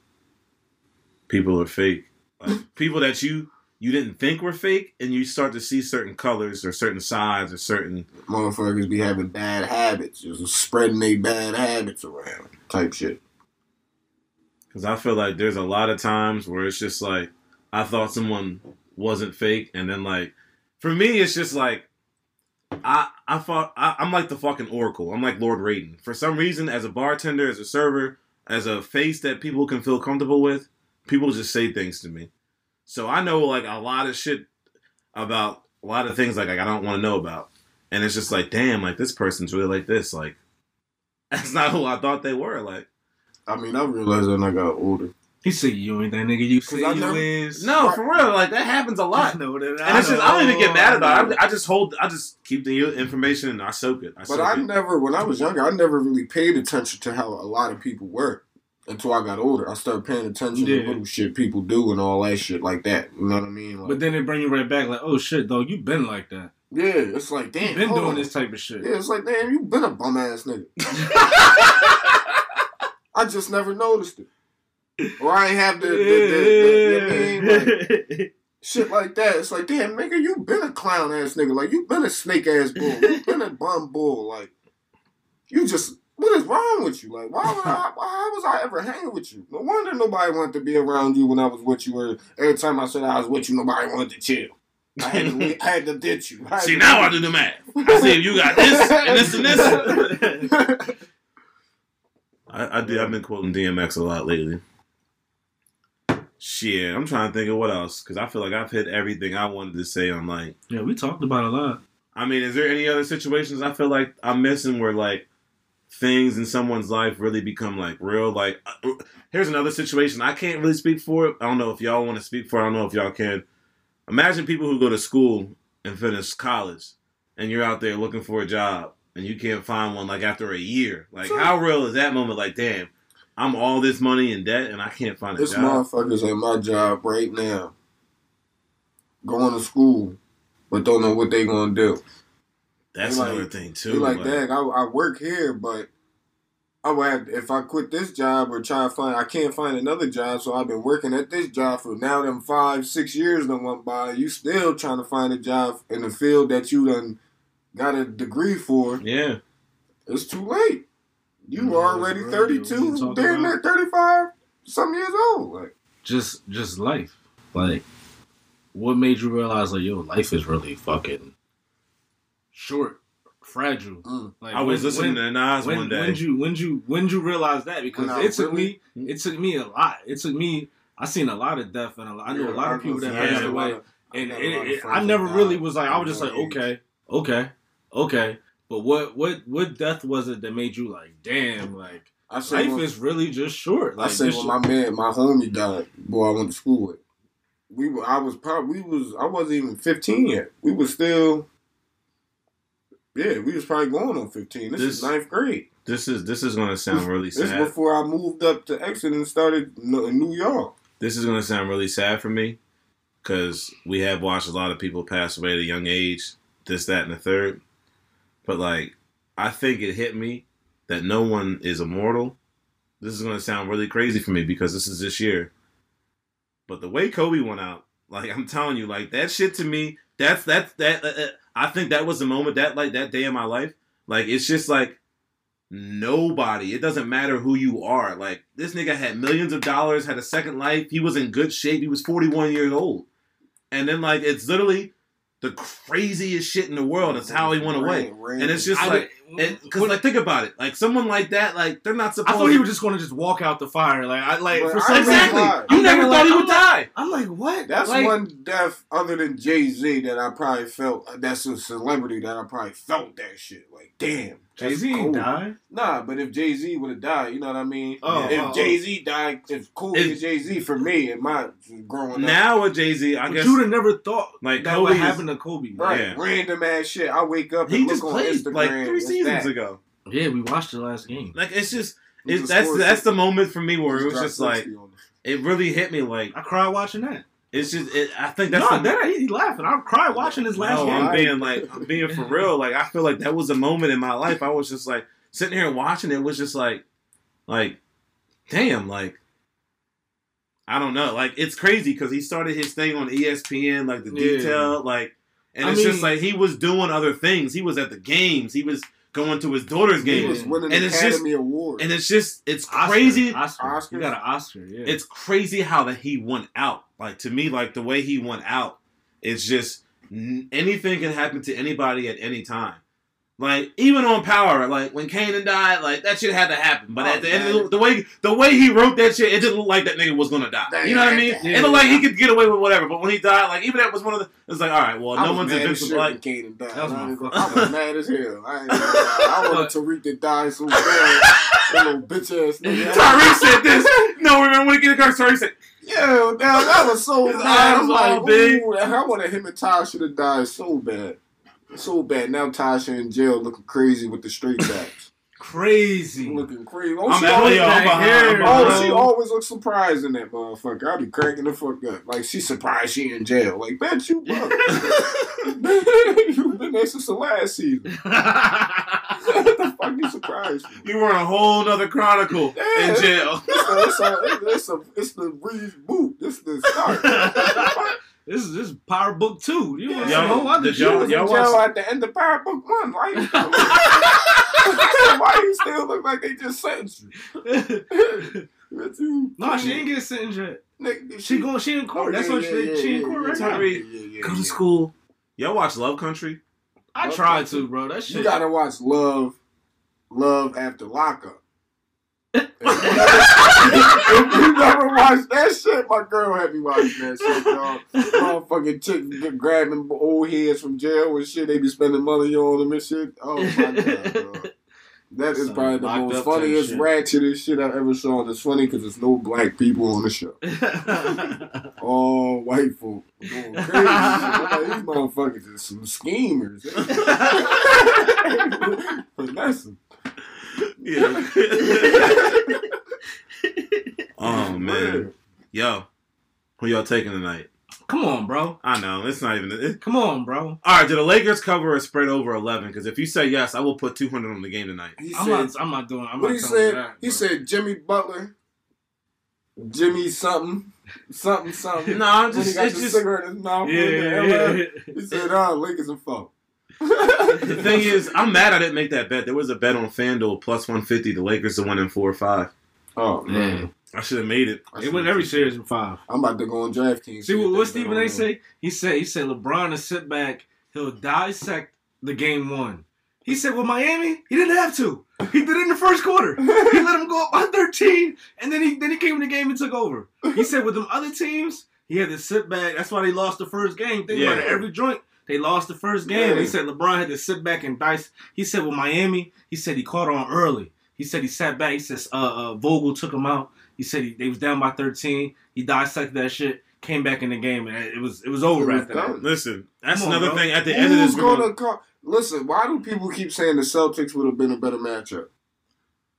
S3: people are fake? Like, people that you you didn't think were fake, and you start to see certain colors or certain sides or certain.
S4: Motherfuckers be having bad habits, just spreading their bad habits around type shit.
S3: Because I feel like there's a lot of times where it's just like I thought someone wasn't fake, and then like for me, it's just like I I thought I, I'm like the fucking Oracle. I'm like Lord Raiden. For some reason, as a bartender, as a server, as a face that people can feel comfortable with, people just say things to me. So I know like a lot of shit about a lot of things like, like I don't want to know about, and it's just like damn, like this person's really like this. Like that's not who I thought they were. Like.
S4: I mean, I realized when I got older.
S2: He said you ain't that nigga. You say
S4: I
S2: you
S4: know-
S2: is.
S3: No, for real, like that happens a
S2: I
S3: lot.
S2: know that.
S3: And it's just I don't even get mad about it.
S2: know.
S3: I, I just hold, I just keep the information and I soak it. I soak
S4: But I
S3: it.
S4: never, when I was younger, I never really paid attention to how a lot of people were until I got older. I started paying attention
S2: Yeah.
S4: to little shit people do and all that shit like that. You know what I mean? Like,
S2: But then they bring you right back, like, oh shit, dog, you been like that.
S4: yeah, it's like damn,
S2: You been
S4: hold
S2: doing
S4: on.
S2: this type of shit.
S4: Yeah, it's like damn, you been a bum ass nigga. I just never noticed it, or I ain't have the, the, the, the- you know what I mean? Like, shit like that. It's like damn, nigga, you been a clown ass nigga. Like you been a snake ass bull. You been a bum bull. Like you just. What is wrong with you? Like, why would I? Why how was I ever hanging with you? No wonder nobody wanted to be around you when I was with you. Or every time I said I was with you, nobody wanted to chill. I had to, leave- I had to ditch you. I had
S3: see
S4: to-
S3: now I do the math. I see if you got this and this and this. I, I did. I've been quoting DMX a lot lately. Shit, I'm trying to think of what else because I feel like I've hit everything I wanted to say on like.
S2: yeah, we talked about it a lot.
S3: I mean, is there any other situations I feel like I'm missing where like things in someone's life really become like real? Like, uh, here's another situation I can't really speak for it. I don't know if y'all want to speak for. it. I don't know if y'all can. Imagine people who go to school and finish college, and you're out there looking for a job and you can't find one. Like after a year, like
S4: Sure.
S3: how real is that moment? Like, damn, I'm all this money in debt and I can't find a
S4: This
S3: job.
S4: motherfuckers at my job right now going to school, but don't know what they gonna do.
S3: That's
S4: They like-
S3: another thing
S4: They
S3: too.
S4: like, dang, I, I work here, but I would have, if I quit this job or try to find, I can't find another job, so I've been working at this job for now them five, six years done went by. You still trying to find a job in the field that you done got a degree for.
S3: Yeah,
S4: It's too late. You
S2: Yeah,
S4: already
S2: it's real. What you
S4: 32,
S2: talking
S4: damn near 35, some years old. Like,
S2: Just just life. Like what made you realize like yo, life is really fucking short, fragile.
S4: Mm.
S2: Like,
S3: I was
S2: when-
S3: listening
S2: when-
S3: to Nas
S2: when,
S3: one day.
S2: When'd you when'd you when'd you realize that? Because
S4: When I
S2: it took
S4: really-
S2: me it took me a lot. It took me I seen a lot of death and a lot, I know a lot of people that
S3: gonna say,
S2: passed
S3: yeah,
S2: away. and it,
S4: I got a lot of
S2: it,
S4: friends
S2: I
S4: that
S2: never
S4: died
S2: really was like I
S4: at
S2: was just
S4: young
S2: like
S4: age.
S2: okay, okay, okay. But what what what death was it that made you like damn like
S4: I say
S2: life
S4: when-
S2: is really just short.
S4: I
S2: Like
S4: say
S2: this
S4: when
S2: shit-
S4: my man, my homie died, boy, I went to school with. We were, I was probably, we was, I wasn't even fifteen yet. We was still, yeah, we was probably going on fifteen. This, is
S3: This-
S4: ninth grade.
S3: This is this is gonna sound really
S4: This is
S3: sad.
S4: before I moved up to Exeter and started in in New York.
S3: this is gonna sound really sad for me because we have watched a lot of people pass away at a young age, this, that, and the third. But like, I think it hit me that no one is immortal. This is gonna sound really crazy for me because this is this year. But the way Kobe went out, like I'm telling you, like that shit to me, that's that's that. Uh, uh, I think that was the moment that like that day in my life. Like it's just like nobody. It doesn't matter who you are. Like this nigga had millions of dollars, had a second life. He was in good shape. He was 41 years old, and then like it's literally the craziest shit in the world. It's how he went away.
S4: Ran-
S3: And it's just
S2: I
S3: like
S2: would-
S3: because like think about it, like someone like that, like they're not
S2: I
S3: supposed.
S2: thought he was just gonna just walk out the fire. Like I like
S4: But
S2: for
S4: I
S2: some
S4: remember
S2: reason
S3: exactly.
S4: why.
S3: You
S2: I'm
S3: never
S2: never
S3: thought he
S2: like-
S3: would die.
S2: I'm like what?
S4: That's
S2: like,
S4: one death other than Jay Z that I probably felt. That's a celebrity that I probably felt that shit. Like damn,
S2: Jay
S4: that's
S2: Z
S4: cold.
S2: died.
S4: Nah, but if Jay Z would have died, you know what I mean.
S2: Oh,
S4: if
S2: oh, oh.
S4: Jay Z died, it's cool
S3: If-
S4: if Jay Z for me and my growing up.
S3: Now with Jay Z, I
S2: But
S3: guess
S2: you'd have never thought
S3: like
S2: that
S3: Kobe
S2: would
S3: is-
S2: happen to Kobe.
S4: Right,
S3: Yeah.
S4: random ass shit. I wake up and
S3: he
S4: look
S3: just
S4: on
S3: played
S4: Instagram.
S3: like three
S4: what's
S3: seasons
S4: that?
S3: ago.
S2: Yeah, we watched the last game.
S3: Like it's just
S4: He
S3: It,
S4: just
S3: that's
S4: scored
S3: that's the
S4: 60.
S3: moment for me where it was
S4: Dropped
S3: just like
S4: 60 on him.
S3: it really hit me. Like
S2: I cried watching that.
S3: it's just it, I think that's
S2: no,
S3: the,
S2: that he laughing. I cried watching his last
S3: no,
S2: game.
S3: I'm
S4: I-
S3: being like I'm being for real. Like I feel like that was a moment in my life. I was just like sitting here and watching it was just like like damn like I don't know. Like it's crazy because he started his thing on E ESPN like the
S2: Yeah.
S3: detail like and
S2: I
S3: it's just
S2: mean-
S3: like he was doing other things. He was at the games. He was going to his daughter's
S4: He
S3: games.
S4: was winning
S3: And
S4: Academy
S3: it's just-
S4: Award.
S3: And it's just it's
S2: Oscar,
S3: crazy.
S2: Oscar.
S4: Oscar.
S2: You got an Oscar. Yeah.
S3: It's crazy how that he went out. Like to me, like the way he went out, it's just n- anything can happen to anybody at any time. Like even on Power, like when Kanan died, like that shit had to happen. But
S4: Oh,
S3: at the end,
S4: man.
S3: of the, the way the way he wrote that shit, it didn't look like that nigga was gonna die.
S4: That
S3: you know what I mean?
S4: had to
S3: It looked like he could get away with whatever. But when he died, like even that was one of the. It's like all right, well,
S4: I
S3: Oh, no
S4: was
S3: one's
S4: mad as shit
S3: invincible.
S4: when
S3: Like
S4: Kanan died.
S2: That was
S4: I
S2: my
S4: was-
S2: fucking-
S4: I was mad as hell. I, ain't gonna lie. I wanted Tariq to die so bad. That little bitch ass nigga.
S3: Tyreek said this. No, remember when he get a car? Tyreek said,
S4: Yeah, that, that was so
S3: His
S4: bad.
S3: eyes
S4: I'm
S3: were all
S4: like,
S3: big.
S4: ooh, I wanted him and Tasha to die so bad. So bad. Now Tasha in jail looking crazy with the straight backs.
S2: crazy.
S4: looking crazy. Oh,
S3: "I'm
S4: she,
S3: at
S4: always,
S3: Leo. I'm
S2: back
S3: behind. I'm
S2: here.
S4: oh, she
S3: behind."
S4: always looks surprised in that motherfucker. I be cranking the fuck up. Like, she surprised she in jail. Like, bitch, you bugged. you been there since the last season. what the fuck you surprised me?
S3: You were in a whole nother chronicle
S4: Yeah.
S3: in jail.
S4: It's, a, it's, a, it's, a, it's the reboot. It's the start.
S2: this is this is Power Book Two. You want
S4: Yo,
S2: some whole other
S3: the
S4: She
S3: Y'all-
S4: was
S2: shit.
S4: in
S3: y'all
S4: jail
S3: watch-
S4: at the end of Power Book One. Why you, why you still look like they just sentenced you? That's you.
S2: no, she ain't getting sentenced yet.
S4: Nigga,
S2: She going. She
S4: Oh,
S2: in court. That's what she, she in court right
S3: yeah,
S2: now.
S3: yeah.
S4: yeah,
S3: Go to school. Y'all watch Love Country?
S2: I tried to, bro. That shit.
S4: You gotta watch Love, Love After Lockup. if you never watched that shit, my girl had me watching that shit, y'all. Motherfucking chicks get grabbing old heads from jail and shit. They be spending money on them and shit. Oh my god, bro. That is
S3: Son,
S4: probably the
S3: locked
S4: most
S3: up type
S4: funniest,
S3: shit.
S4: ratchetest shit I ever saw. And it's funny because there's no black people on the show. All white folk going crazy. I'm like, These motherfuckers are some schemers. Finesse 'em.
S3: Yeah. oh man. Yo. Who y'all taking tonight?
S2: Come on, bro.
S3: I know. It's not even it-
S2: Come on, bro.
S3: All right, did the Lakers cover a spread over 11? Because if you say yes, I will put 200 on the game tonight.
S4: He
S2: I'm
S4: said,
S2: not. I'm not doing. I'm
S4: what
S2: not
S4: he
S2: telling you
S4: said?
S2: that,
S4: he
S2: bro.
S4: said Jimmy Butler, Jimmy something, something, something.
S3: No, I'm
S4: when he
S3: just
S4: got
S3: it's
S4: the
S3: just
S4: cigarette in his mouth.
S2: Yeah, yeah,
S4: and the
S2: yeah,
S4: LF,
S2: yeah.
S4: He said, oh, Lakers and folk.
S3: the thing is, I'm mad I didn't make that bet. There was a bet on FanDuel plus 150, the Lakers to win in four or five.
S4: Oh, man.
S3: I should have made it.
S2: It went every series in five.
S4: I'm about to go on DraftKings.
S2: See what, what
S4: They
S2: Stephen
S4: don't
S2: A.
S4: know.
S2: say? He said he said LeBron to sit back. He'll dissect the game one. He said with Miami, he didn't have to. He did it in the first quarter. He let him go up by 13, and then he then he came in the game and took over. He said with them other teams, he had to sit back. That's why they lost the first game. Think about it.
S3: Yeah.
S2: Every joint. They lost the first game.
S4: Yeah.
S2: He said LeBron had to sit back and dice. He said with Miami, he said he caught on early. He said he sat back. He says uh, uh, Vogel took him out. He said he, they was down by 13. He dissected that shit, came back in the game, and it was it was
S4: It
S2: over
S4: was
S2: after that.
S4: done.
S3: Listen, that's
S2: Come on,
S3: another
S2: bro.
S3: thing. At the end of
S4: Who's
S3: this, we're
S4: gonna
S3: gonna-
S4: call? Listen, why do people keep saying the Celtics would have been a better matchup?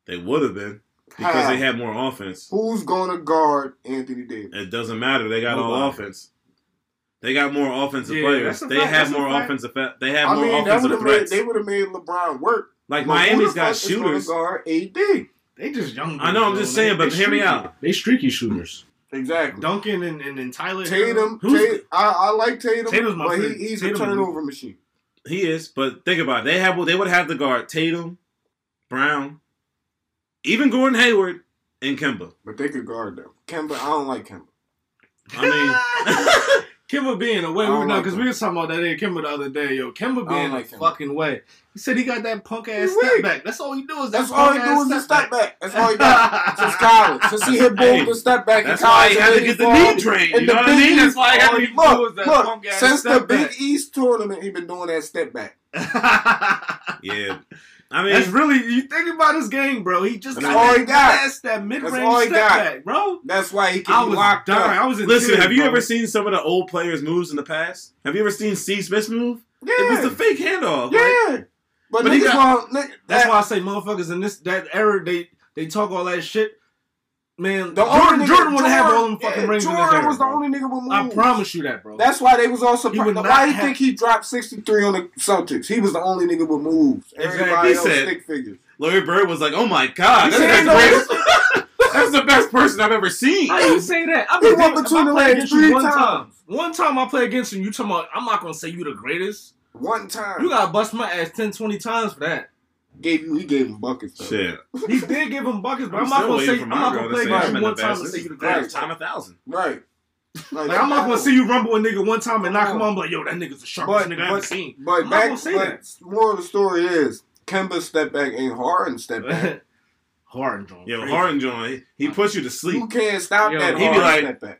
S3: they would have been because
S4: How?
S3: they had more offense.
S4: Who's gonna guard Anthony Davis?
S3: It doesn't matter. They got all
S2: Nobody.
S3: offense. They got more offensive
S2: Yeah,
S3: players.
S2: that's a
S3: They
S2: fact,
S3: have
S2: that's a
S3: more
S2: fact.
S3: offensive. fa- They have
S4: I
S3: more
S4: mean, that would
S3: offensive
S4: have made
S3: threats.
S4: they would have made LeBron work.
S3: like
S4: But who
S3: Miami's
S4: the
S3: got
S4: fuck is gonna
S3: shooters.
S4: Guard AD
S2: They just young.
S3: I know, I'm
S2: dudes,
S3: just
S2: bro.
S3: saying, but hear me
S2: streaky.
S3: out.
S2: They streaky shooters.
S4: exactly.
S2: Duncan and and, and Tyler
S4: Tatum,
S3: Who's-
S4: Tatum I, I like Tatum,
S2: Tatum's my
S4: but he,
S2: favorite.
S4: he's
S2: Tatum-
S4: a turnover machine.
S3: He is, but think about it. They have. They would have the guard Tatum, Brown, even Gordon Hayward and Kemba.
S4: But they could guard them. Kemba, I don't like Kemba.
S3: I mean,
S2: Kimba being away,
S4: I don't
S2: we know
S4: like
S2: because
S4: him.
S2: we were talking about that in Kimba the other day, yo. Kimba being
S4: I don't
S2: like
S4: like him.
S2: fucking way. He said he got that punk ass
S4: He
S2: step
S4: weak.
S2: back. That's all he do is that
S4: That's all he
S2: punk-ass
S4: do is a step back. That's all he got. Since
S2: back.
S4: college, since he hit both
S3: Hey,
S4: the step back, in
S3: that's why he had
S4: college,
S3: to
S4: and
S3: get
S4: then
S3: the
S4: he
S3: knee
S4: fall.
S3: drain.
S4: And
S3: You know
S4: the
S3: what I mean?
S4: Big
S3: That's why I got
S2: all
S3: to
S2: he
S3: get
S2: do
S4: Look,
S2: is that
S4: look,
S2: punk-ass
S4: Since the
S2: step
S4: Big
S2: back.
S4: East tournament, he been doing that step back.
S3: Yeah, I mean,
S2: That's really you think about his game, bro. He just
S4: That's
S2: got
S4: all
S2: that
S4: he got.
S2: past that mid
S4: all
S2: range
S4: he
S2: step
S4: got.
S2: back, bro.
S4: That's why he can
S2: I
S4: be
S2: was
S4: locked
S2: dying.
S4: up.
S2: I was in
S3: listen.
S2: tears,
S3: Have you
S2: bro.
S3: ever seen some of the old players' moves in the past? Have you ever seen Steve Smith's move?
S4: Yeah,
S3: It was the fake handoff. like-
S4: yeah. But,
S3: But he
S4: niggas
S3: got-
S4: want nigga,
S2: That's
S4: that-
S2: why I say motherfuckers in this that era they They talk all that shit. Man,
S4: The
S2: Jordan,
S4: only nigga-
S2: Jordan would have all them
S4: yeah,
S2: fucking rings
S4: Jordan
S2: in his hair.
S4: was the
S2: bro.
S4: only nigga with
S2: I
S4: moves.
S2: promise you that, bro.
S4: That's why they was all
S2: He
S4: surprised.
S2: would
S4: Why
S2: not
S4: do you
S2: have-
S4: think he dropped 63 on the Celtics? He was the only nigga with moves.
S2: Exactly.
S4: Everybody
S3: He
S4: else
S3: said-
S4: stick figures.
S3: Larry Bird was like, "Oh my god,
S4: He
S3: that's,
S4: said,
S3: the
S4: "No,
S3: best, that's the best person I've ever seen."
S2: I didn't say that. I
S4: He
S2: mean,
S4: went
S2: if
S4: between
S2: I
S4: the
S2: play
S4: legs
S2: against
S4: three
S2: you one
S4: times.
S2: time. One time I play against you, you talking about, I'm not going to say you the greatest.
S4: One time,
S2: You got to bust my ass 10, 20 times for that.
S4: gave you, he gave him buckets. Though.
S3: Shit,
S2: He did give him buckets, but
S3: I'm
S2: I'm, not going
S3: still
S2: to
S3: waiting
S2: say,
S3: for
S2: I'm
S3: my
S2: not
S3: girl
S2: going to
S3: to
S2: play
S3: say
S2: against
S3: I'm
S2: you
S3: in
S2: one
S3: the
S2: time
S3: best.
S2: and say you the
S4: Right.
S2: greatest.
S3: time a thousand.
S4: Right.
S2: Like, I'm not gonna see you rumble a nigga one time and knock him on, be like, yo, that nigga's the sharpest
S4: But,
S2: nigga I ever
S4: but,
S2: seen.
S4: but
S2: I'm not
S4: back,
S2: gonna say
S4: but more of the story is Kemba step back ain't Harden step back.
S2: Harden, John.
S3: Yo,
S2: crazy.
S3: Harden joint, he puts you to sleep.
S4: you can't stop
S2: Yo, he
S4: that.
S3: be
S4: Harden
S3: like-
S4: step back.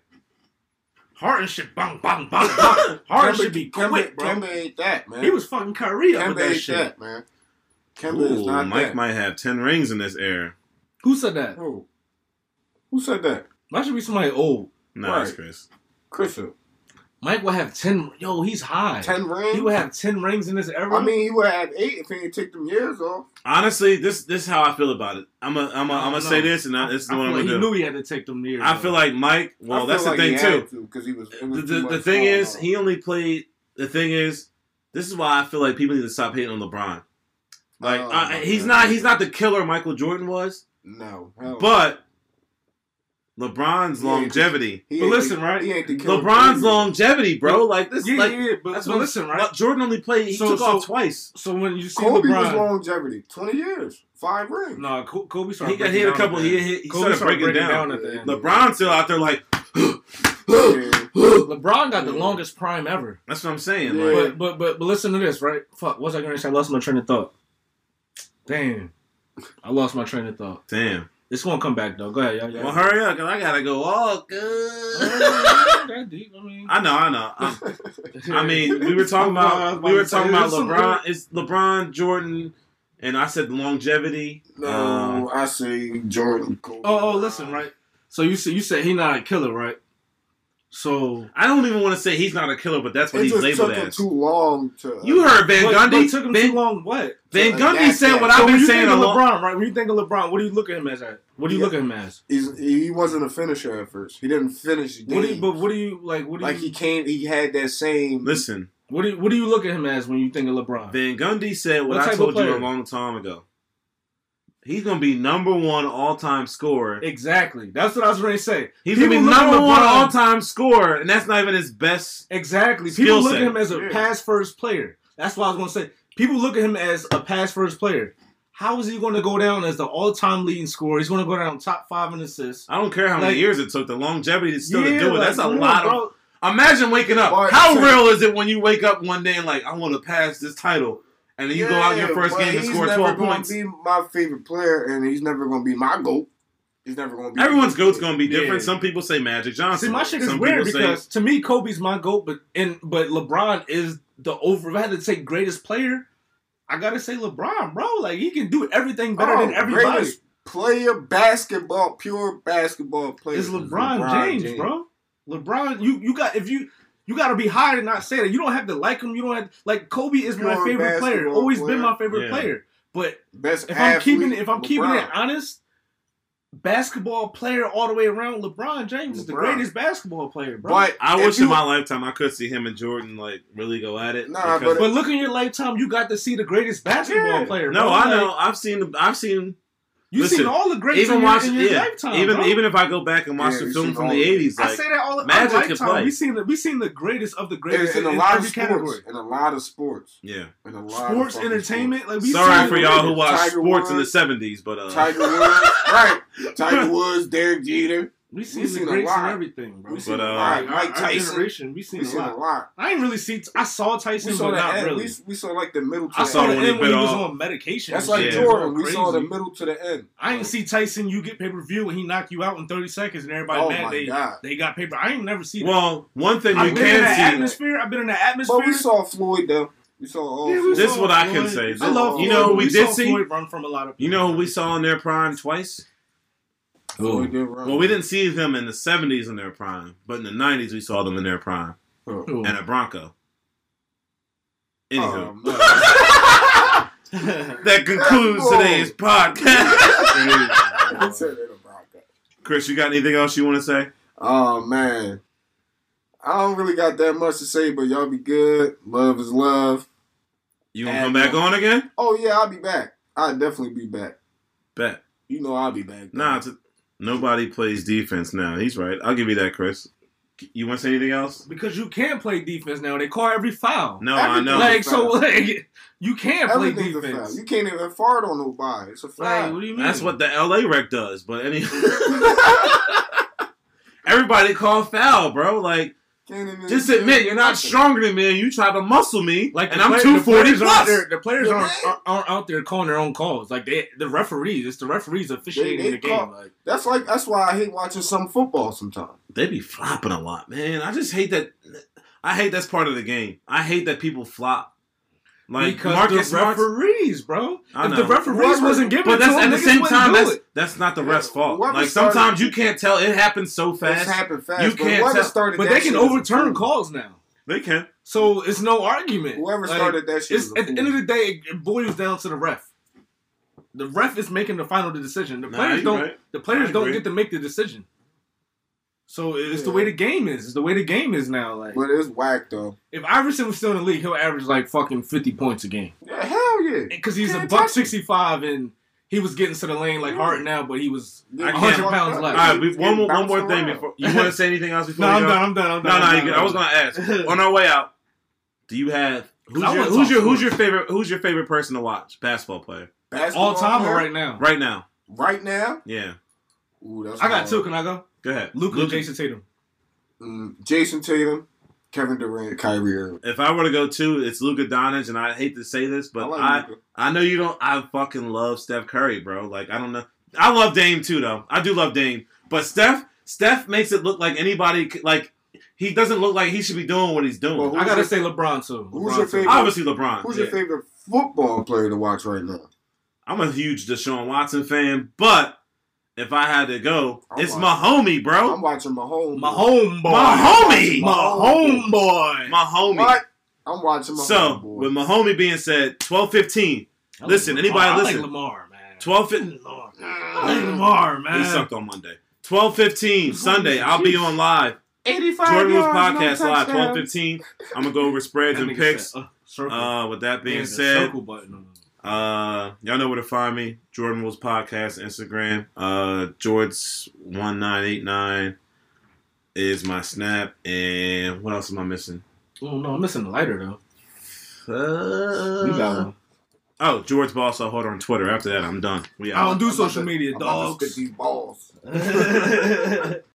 S2: Harden should bang, bang, bang, bang. Harden should be
S4: Kemba,
S2: quick, bro.
S4: Kemba ain't that man.
S2: He was fucking Kyrie up
S4: Kemba
S2: with that
S4: ain't
S2: shit.
S4: that man. Kemba is
S3: Ooh,
S4: not
S3: Mike
S4: that.
S3: might have ten rings in this era.
S2: Who said that?
S4: Who? Who said that?
S2: That should be somebody old.
S3: Nah,
S4: Right.
S3: that's Chris.
S4: Chris.
S2: Mike will have ten. Yo, he's high.
S4: Ten rings.
S2: He would have ten rings in this era.
S4: I mean, he would have eight if he didn't take them years off.
S3: Honestly, this this is how I feel about it. I'm a, I'm a,
S2: I don't
S3: I'm gonna
S2: know.
S3: say this, and I, this is
S2: I
S3: what
S2: feel
S3: I'm
S2: like he
S3: gonna do.
S2: knew he had to take them years.
S3: I feel like Mike. Well, that's the thing too.
S4: because he was. it was
S3: The,
S4: too
S3: the, the
S4: much
S3: thing
S4: going
S3: is,
S4: on.
S3: he only played. The thing is, this is why I feel like people need to stop hating on LeBron. Like
S4: Oh,
S3: I,
S4: my
S3: he's
S4: God.
S3: not he's not the killer Michael Jordan was,
S4: no, hell no.
S3: but LeBron's
S4: Yeah.
S3: longevity.
S4: He
S2: but
S4: ain't
S2: listen,
S4: the-
S2: right?
S4: He ain't the killer
S3: LeBron's
S4: three.
S3: longevity, bro. Like this,
S2: yeah,
S3: like
S2: yeah, yeah, but,
S3: that's
S2: but
S3: what
S2: listen, right?
S3: Jordan only played. He
S2: So-
S3: took
S2: so-
S3: off twice.
S2: So when you see
S4: Kobe was
S2: LeBron,
S4: longevity, twenty years, five rings.
S2: no, nah, Ko- Kobe started.
S3: He got
S2: breaking
S3: hit a
S2: down
S3: couple.
S2: at the
S3: He,
S2: end.
S3: he, he
S2: Kobe
S3: started breaking, down.
S2: at the end.
S3: LeBron's still out there like.
S4: Yeah.
S2: LeBron got the
S4: Yeah.
S2: longest prime ever.
S3: That's what I'm saying.
S4: Yeah.
S2: But
S3: Like,
S2: but but but listen to this, right? Fuck, what's I gonna say? I lost my train of thought. Damn, I lost my train of thought.
S3: damn.
S2: It's gonna come back though. Go ahead, y'all. y'all.
S3: Well, hurry up, cause I gotta go. all good.
S2: that deep. I mean,
S3: I know, I know. i I mean, we were talking
S2: I was
S3: about
S2: about
S3: we were
S2: to say,
S3: talking about
S2: there's some-
S3: LeBron. It's LeBron, Jordan, and I said longevity.
S4: No,
S3: Um,
S4: I say Jordan. Kobe,
S2: Oh, oh,
S4: LeBron.
S2: listen, right. So you said you said he not a killer, right? So
S3: I don't even want to say he's not a killer, but that's what
S4: It
S3: he's
S4: just
S3: labeled
S4: took him
S3: as.
S4: too long to. uh,
S3: You heard Van
S2: But- but
S3: Gundy.
S2: it took him
S3: Van,
S2: too long. What?
S3: Van
S4: to
S3: Gundy
S4: adapt
S3: said
S4: that.
S3: what
S4: So
S2: So
S3: I've
S2: when
S3: been
S2: you
S3: saying
S2: think
S3: a
S2: of
S3: lot.
S2: LeBron, right? When you think of LeBron, what do you look at him as? At? What do you
S4: Yeah.
S2: look at him as?
S4: He's, he wasn't a finisher at first. He didn't finish.
S2: What do you,
S4: games.
S2: but what do you like? What do
S4: like
S2: you
S4: he came, he had that same.
S3: Listen,
S2: what do you, what do you look at him as when you think of LeBron?
S3: Van Gundy said what,
S2: What type
S3: I
S2: of
S3: told you
S2: player?
S3: a long time ago. He's gonna be number one all time scorer.
S2: Exactly. That's what I was going to say.
S3: He's gonna be
S2: People look at
S3: number one
S2: LeBron-
S3: all time scorer, and that's not even his best.
S2: Exactly.
S3: Skill
S2: People look
S3: set.
S2: at him as a
S4: Yeah.
S2: pass first player. That's what I was going to say. People look at him as a pass first player. How is he going to go down as the all time leading scorer? He's going to go down top five in assists.
S3: I don't care how many
S2: Like-
S3: years it took. The longevity is still to do it.
S2: like,
S3: That's a
S2: come on,
S3: lot of
S2: bro.
S3: Imagine waking up.
S4: Or-
S3: How real is it when you wake up one day and like, I want to pass this title, and then you go out in your first
S4: but
S3: game and
S4: he's
S3: score
S4: never
S3: twelve
S4: gonna
S3: points?
S4: Be my favorite player, and he's never going to be my goat. He's never going to be
S3: Everyone's goat's gonna be
S2: Yeah.
S3: different. Some people say Magic Johnson.
S2: See, my shit is
S3: Some
S2: weird
S3: people
S2: because to me, Kobe's my goat, but and but LeBron is the over. If I had to say greatest player, I gotta say LeBron, bro. Like he can do everything better than
S4: Oh,
S2: everybody.
S4: greatest Player basketball, pure basketball player.
S2: It's LeBron, James, bro. LeBron, you you got if you you got to be high to not say that. You don't have to like him. You don't have like Kobe is my
S4: Pure
S2: favorite player.
S4: basketball
S2: Always
S4: player.
S2: been my favorite
S3: Yeah.
S2: player. But
S4: Best
S2: if I'm
S4: athlete,
S2: keeping if I'm keeping
S4: LeBron.
S2: it honest, basketball player all the way around, LeBron James is the
S4: LeBron.
S2: greatest basketball player, bro.
S4: But
S3: I
S4: if
S3: wish
S4: you-
S3: in my lifetime I could see him and Jordan like really go at it.
S4: Nah,
S3: because-
S2: But look in your lifetime, you got to see the greatest basketball
S4: Yeah.
S2: player.
S3: no,
S2: bro.
S3: I
S2: Like,
S3: know. I've seen. I've seen.
S2: You've
S3: Listen,
S2: seen all the greats
S3: Even
S2: in your,
S3: watching.
S2: in your
S3: Yeah.
S2: lifetime.
S3: even
S2: bro.
S3: even if I go back and watch
S4: Yeah,
S3: the
S4: you
S3: film
S4: seen
S3: from
S4: all
S3: the
S4: of it.
S3: eighties,
S2: I
S3: like
S2: say that all the
S3: Magic can play.
S2: time. We seen the we seen the greatest of the
S4: it's
S2: greatest
S4: in a
S2: in
S4: lot of
S2: every
S4: sports.
S2: category.
S4: In a lot of sports.
S3: yeah.
S4: In a lot of
S2: Sports,
S4: fucking
S2: entertainment, like we
S3: Sorry
S2: seen
S3: for
S2: the
S3: y'all who
S2: greatest.
S3: watch
S4: Tiger
S3: sports in the
S4: Woods.
S3: seventies, but uh,
S4: sports. Tiger Woods, right? Tiger Woods, Derek Jeter.
S2: We seen,
S4: We seen
S2: the
S4: a
S2: greats and
S4: lot.
S2: everything, bro.
S4: We seen
S3: But,
S4: a
S3: uh,
S4: lot.
S2: Like, our-
S4: Mike
S2: our
S4: Tyson.
S2: generation, we seen
S4: We
S2: a
S4: seen
S2: lot.
S4: a lot.
S2: I ain't really seen. I saw
S4: We
S2: Tyson,
S4: saw
S2: but not
S4: that.
S2: really.
S4: We, we saw like the middle. To
S2: I
S4: the
S2: saw
S4: end.
S2: him
S3: when he
S2: when he
S3: went
S2: was
S3: off.
S2: on medication.
S4: That's
S2: and
S4: like
S2: shit.
S3: Yeah.
S4: Jordan.
S2: Bro,
S4: We saw the
S2: crazy.
S4: middle to the end. Oh
S2: I ain't see Tyson. You get pay per view and he knock you out in thirty seconds, and everybody
S4: Oh
S2: mad
S4: my
S2: they
S4: God.
S2: they got paper. I ain't never seen. that.
S3: well, one thing
S2: I've
S3: we
S2: been in that
S4: that.
S3: can see.
S2: atmosphere. I've been in that atmosphere.
S4: But we saw Floyd though. We saw all.
S2: Yeah, we
S4: Floyd.
S3: This is
S2: saw
S3: what I can
S2: Floyd.
S3: say. This-
S2: I love
S4: you
S2: Floyd,
S4: know
S2: but
S3: we
S2: we
S3: did
S2: saw
S3: see-
S2: Floyd run from a lot of.
S3: You know who we saw in their prime twice?
S4: Floyd did run.
S3: Well, we didn't see them in the 70s in their prime, but in the 90s we saw them in their prime.
S4: Oh,
S2: Who?
S3: And a Bronco. Anywho,
S4: Oh, man. That
S3: that concludes
S4: Oh.
S3: today's podcast.
S4: is- It's in the Bronco.
S3: Chris, you got anything else you want to say?
S4: Oh man. I don't really got that much to say, but y'all be good. Love is love.
S3: You want to come
S4: And,
S3: back
S4: uh,
S3: on again?
S4: Oh yeah, I'll be back. I'll definitely be back.
S3: Bet.
S4: You know I'll be back.
S3: Nah, it's nobody plays defense now. He's right. I'll give you that, Chris. You want to say anything else?
S2: Because you can play defense now. They call every foul.
S3: No,
S4: Everything-
S3: I know.
S2: like
S4: it's
S2: so,
S4: foul.
S2: like you can play
S4: everything's a
S2: defense.
S4: foul. You can't even fart on nobody. It's a
S2: Like,
S4: foul.
S2: what do you mean?
S3: That's what the LA rec does. But any everybody call foul, bro. Like,
S4: can't even
S3: just admit you're not stronger than me, and you try to muscle me, like,
S2: the
S3: and I'm
S2: play-
S3: two forty
S2: the players aren't
S3: plus.
S2: there- The players
S4: Yeah,
S2: aren't,
S4: man.
S2: aren't aren't out there calling their own calls. Like they, the referees, it's the referees officiating
S4: They- they
S2: the
S4: call-
S2: game. Like
S4: That's like that's why I hate watching some football sometimes.
S3: They be flopping a lot, man. I just hate that. I hate that's part of the game. I hate that people flop. Like
S2: because
S3: Marcus
S2: the
S3: Smart's-
S2: referees, bro.
S3: I
S2: If
S3: know.
S2: the referees
S4: Marcus-
S2: wasn't giving, it
S3: But
S2: to
S3: that's at
S2: them,
S3: the
S2: niggas
S3: same
S2: wouldn't
S3: time.
S2: do
S3: That's
S2: it.
S3: that's not the
S4: Yeah,
S3: ref's fault.
S4: whoever
S3: Like
S4: started-
S3: sometimes you can't tell. It happens so
S4: It's
S3: fast.
S4: happened fast.
S3: You
S4: but
S3: can't
S4: whoever
S3: tell-
S4: started
S2: but
S4: that
S2: they can
S4: shit is a
S2: overturn
S4: fool.
S2: calls now.
S3: They can.
S2: So it's no argument.
S4: Whoever
S2: Like,
S4: started that shit
S2: It's,
S4: is a
S2: at the
S4: fool.
S2: end of the day, it boils down to the ref. The ref is making the final decision. The
S3: Nah,
S2: players
S3: you
S2: don't.
S3: right.
S2: The
S3: I
S2: players don't
S3: agree.
S2: get to make the decision. So it's the
S4: Yeah.
S2: way the game is. It's the way the game is now. Like
S4: But it's whack though.
S2: if Iverson was still in the league, he'll average like fucking fifty points a game
S4: Yeah, hell yeah.
S2: because he's a
S4: Can't
S2: buck
S4: touch him.
S2: sixty five and he was getting to the lane like hard now, but he was.
S4: Yeah,
S3: I
S4: he
S3: can't.
S4: fucked
S2: pounds
S4: up.
S2: left.
S3: All right, we, one more one
S4: Bounced
S3: more thing
S4: around.
S3: before you want to say anything else before
S2: No,
S3: we
S2: I'm
S3: go?
S2: done. I'm done. I'm
S3: No,
S2: done.
S3: no,
S2: I'm
S3: you
S2: done,
S3: good.
S2: I'm
S3: I was
S2: done.
S3: gonna ask. On our way out, do you have who's
S2: I
S3: your
S2: wanna
S3: who's
S2: talk
S3: your who's
S2: sports.
S3: your favorite who's your favorite person to watch basketball player
S4: Basketball
S2: all time
S4: player?
S2: or right now?
S3: right now?
S4: Right now?
S3: Yeah,
S4: Ooh, that's
S2: I got
S4: hard.
S2: two. Can I go?
S3: go ahead,
S2: Luka,
S3: Luka.
S2: Jason Tatum.
S4: Mm, Jason Tatum, Kevin Durant, Kyrie Irving.
S3: If I were to go two, it's Luka Doncic, and I hate to say this, but I I,
S4: Luka.
S3: know you don't. I fucking love Steph Curry, bro. Like I don't know. I love Dame too, though. I do love Dame, but Steph Steph makes it look like anybody c- like he doesn't look like he should be doing what he's doing.
S4: Well, who-
S2: I gotta
S4: your-
S2: say LeBron too.
S4: who's
S2: LeBron
S4: your
S2: too.
S4: favorite-
S3: Obviously LeBron.
S4: Who's
S3: yeah.
S4: your favorite football player to watch right now?
S3: I'm a huge Deshaun Watson fan, but if I had to go,
S4: I'm
S3: it's
S4: watching.
S3: my homie, bro.
S4: I'm watching Mahomes.
S2: My homeboy.
S3: My homie.
S2: My homeboy.
S3: my homie.
S4: What? I'm watching Mahomes.
S3: so,
S4: boy.
S3: with my homie being said, 12-15.
S2: I like
S3: Listen,
S2: Lamar.
S3: anybody
S2: I
S3: listen.
S2: Like Lamar, man.
S3: 12
S2: Lamar. I
S4: Mm.
S2: like Lamar, man.
S3: He sucked on Monday. 12-15, Sunday. I'll be on live.
S4: 85
S3: Jordan Rules
S4: yards, no
S3: Podcast live,
S4: touchdowns.
S3: 12-15. I'm going to go over
S2: That
S3: spreads and
S2: nigga
S3: picks.
S2: said, uh, circle.
S3: Uh, with that being
S2: Man, the
S3: said,
S2: circle button on it.
S3: Uh, y'all know where to find me. Jordan Wolves Podcast, Instagram. Uh, George1989 is my snap. And what else am I missing?
S2: Oh no, I'm missing the lighter though.
S3: Uh,
S4: You got one.
S3: Oh, George Boss, I'll hold on Twitter. After that, I'm done. We
S2: I
S3: out.
S2: don't do
S4: I'm about
S2: social
S4: to-
S2: media,
S4: I'm about to
S2: dogs.
S4: stick these balls.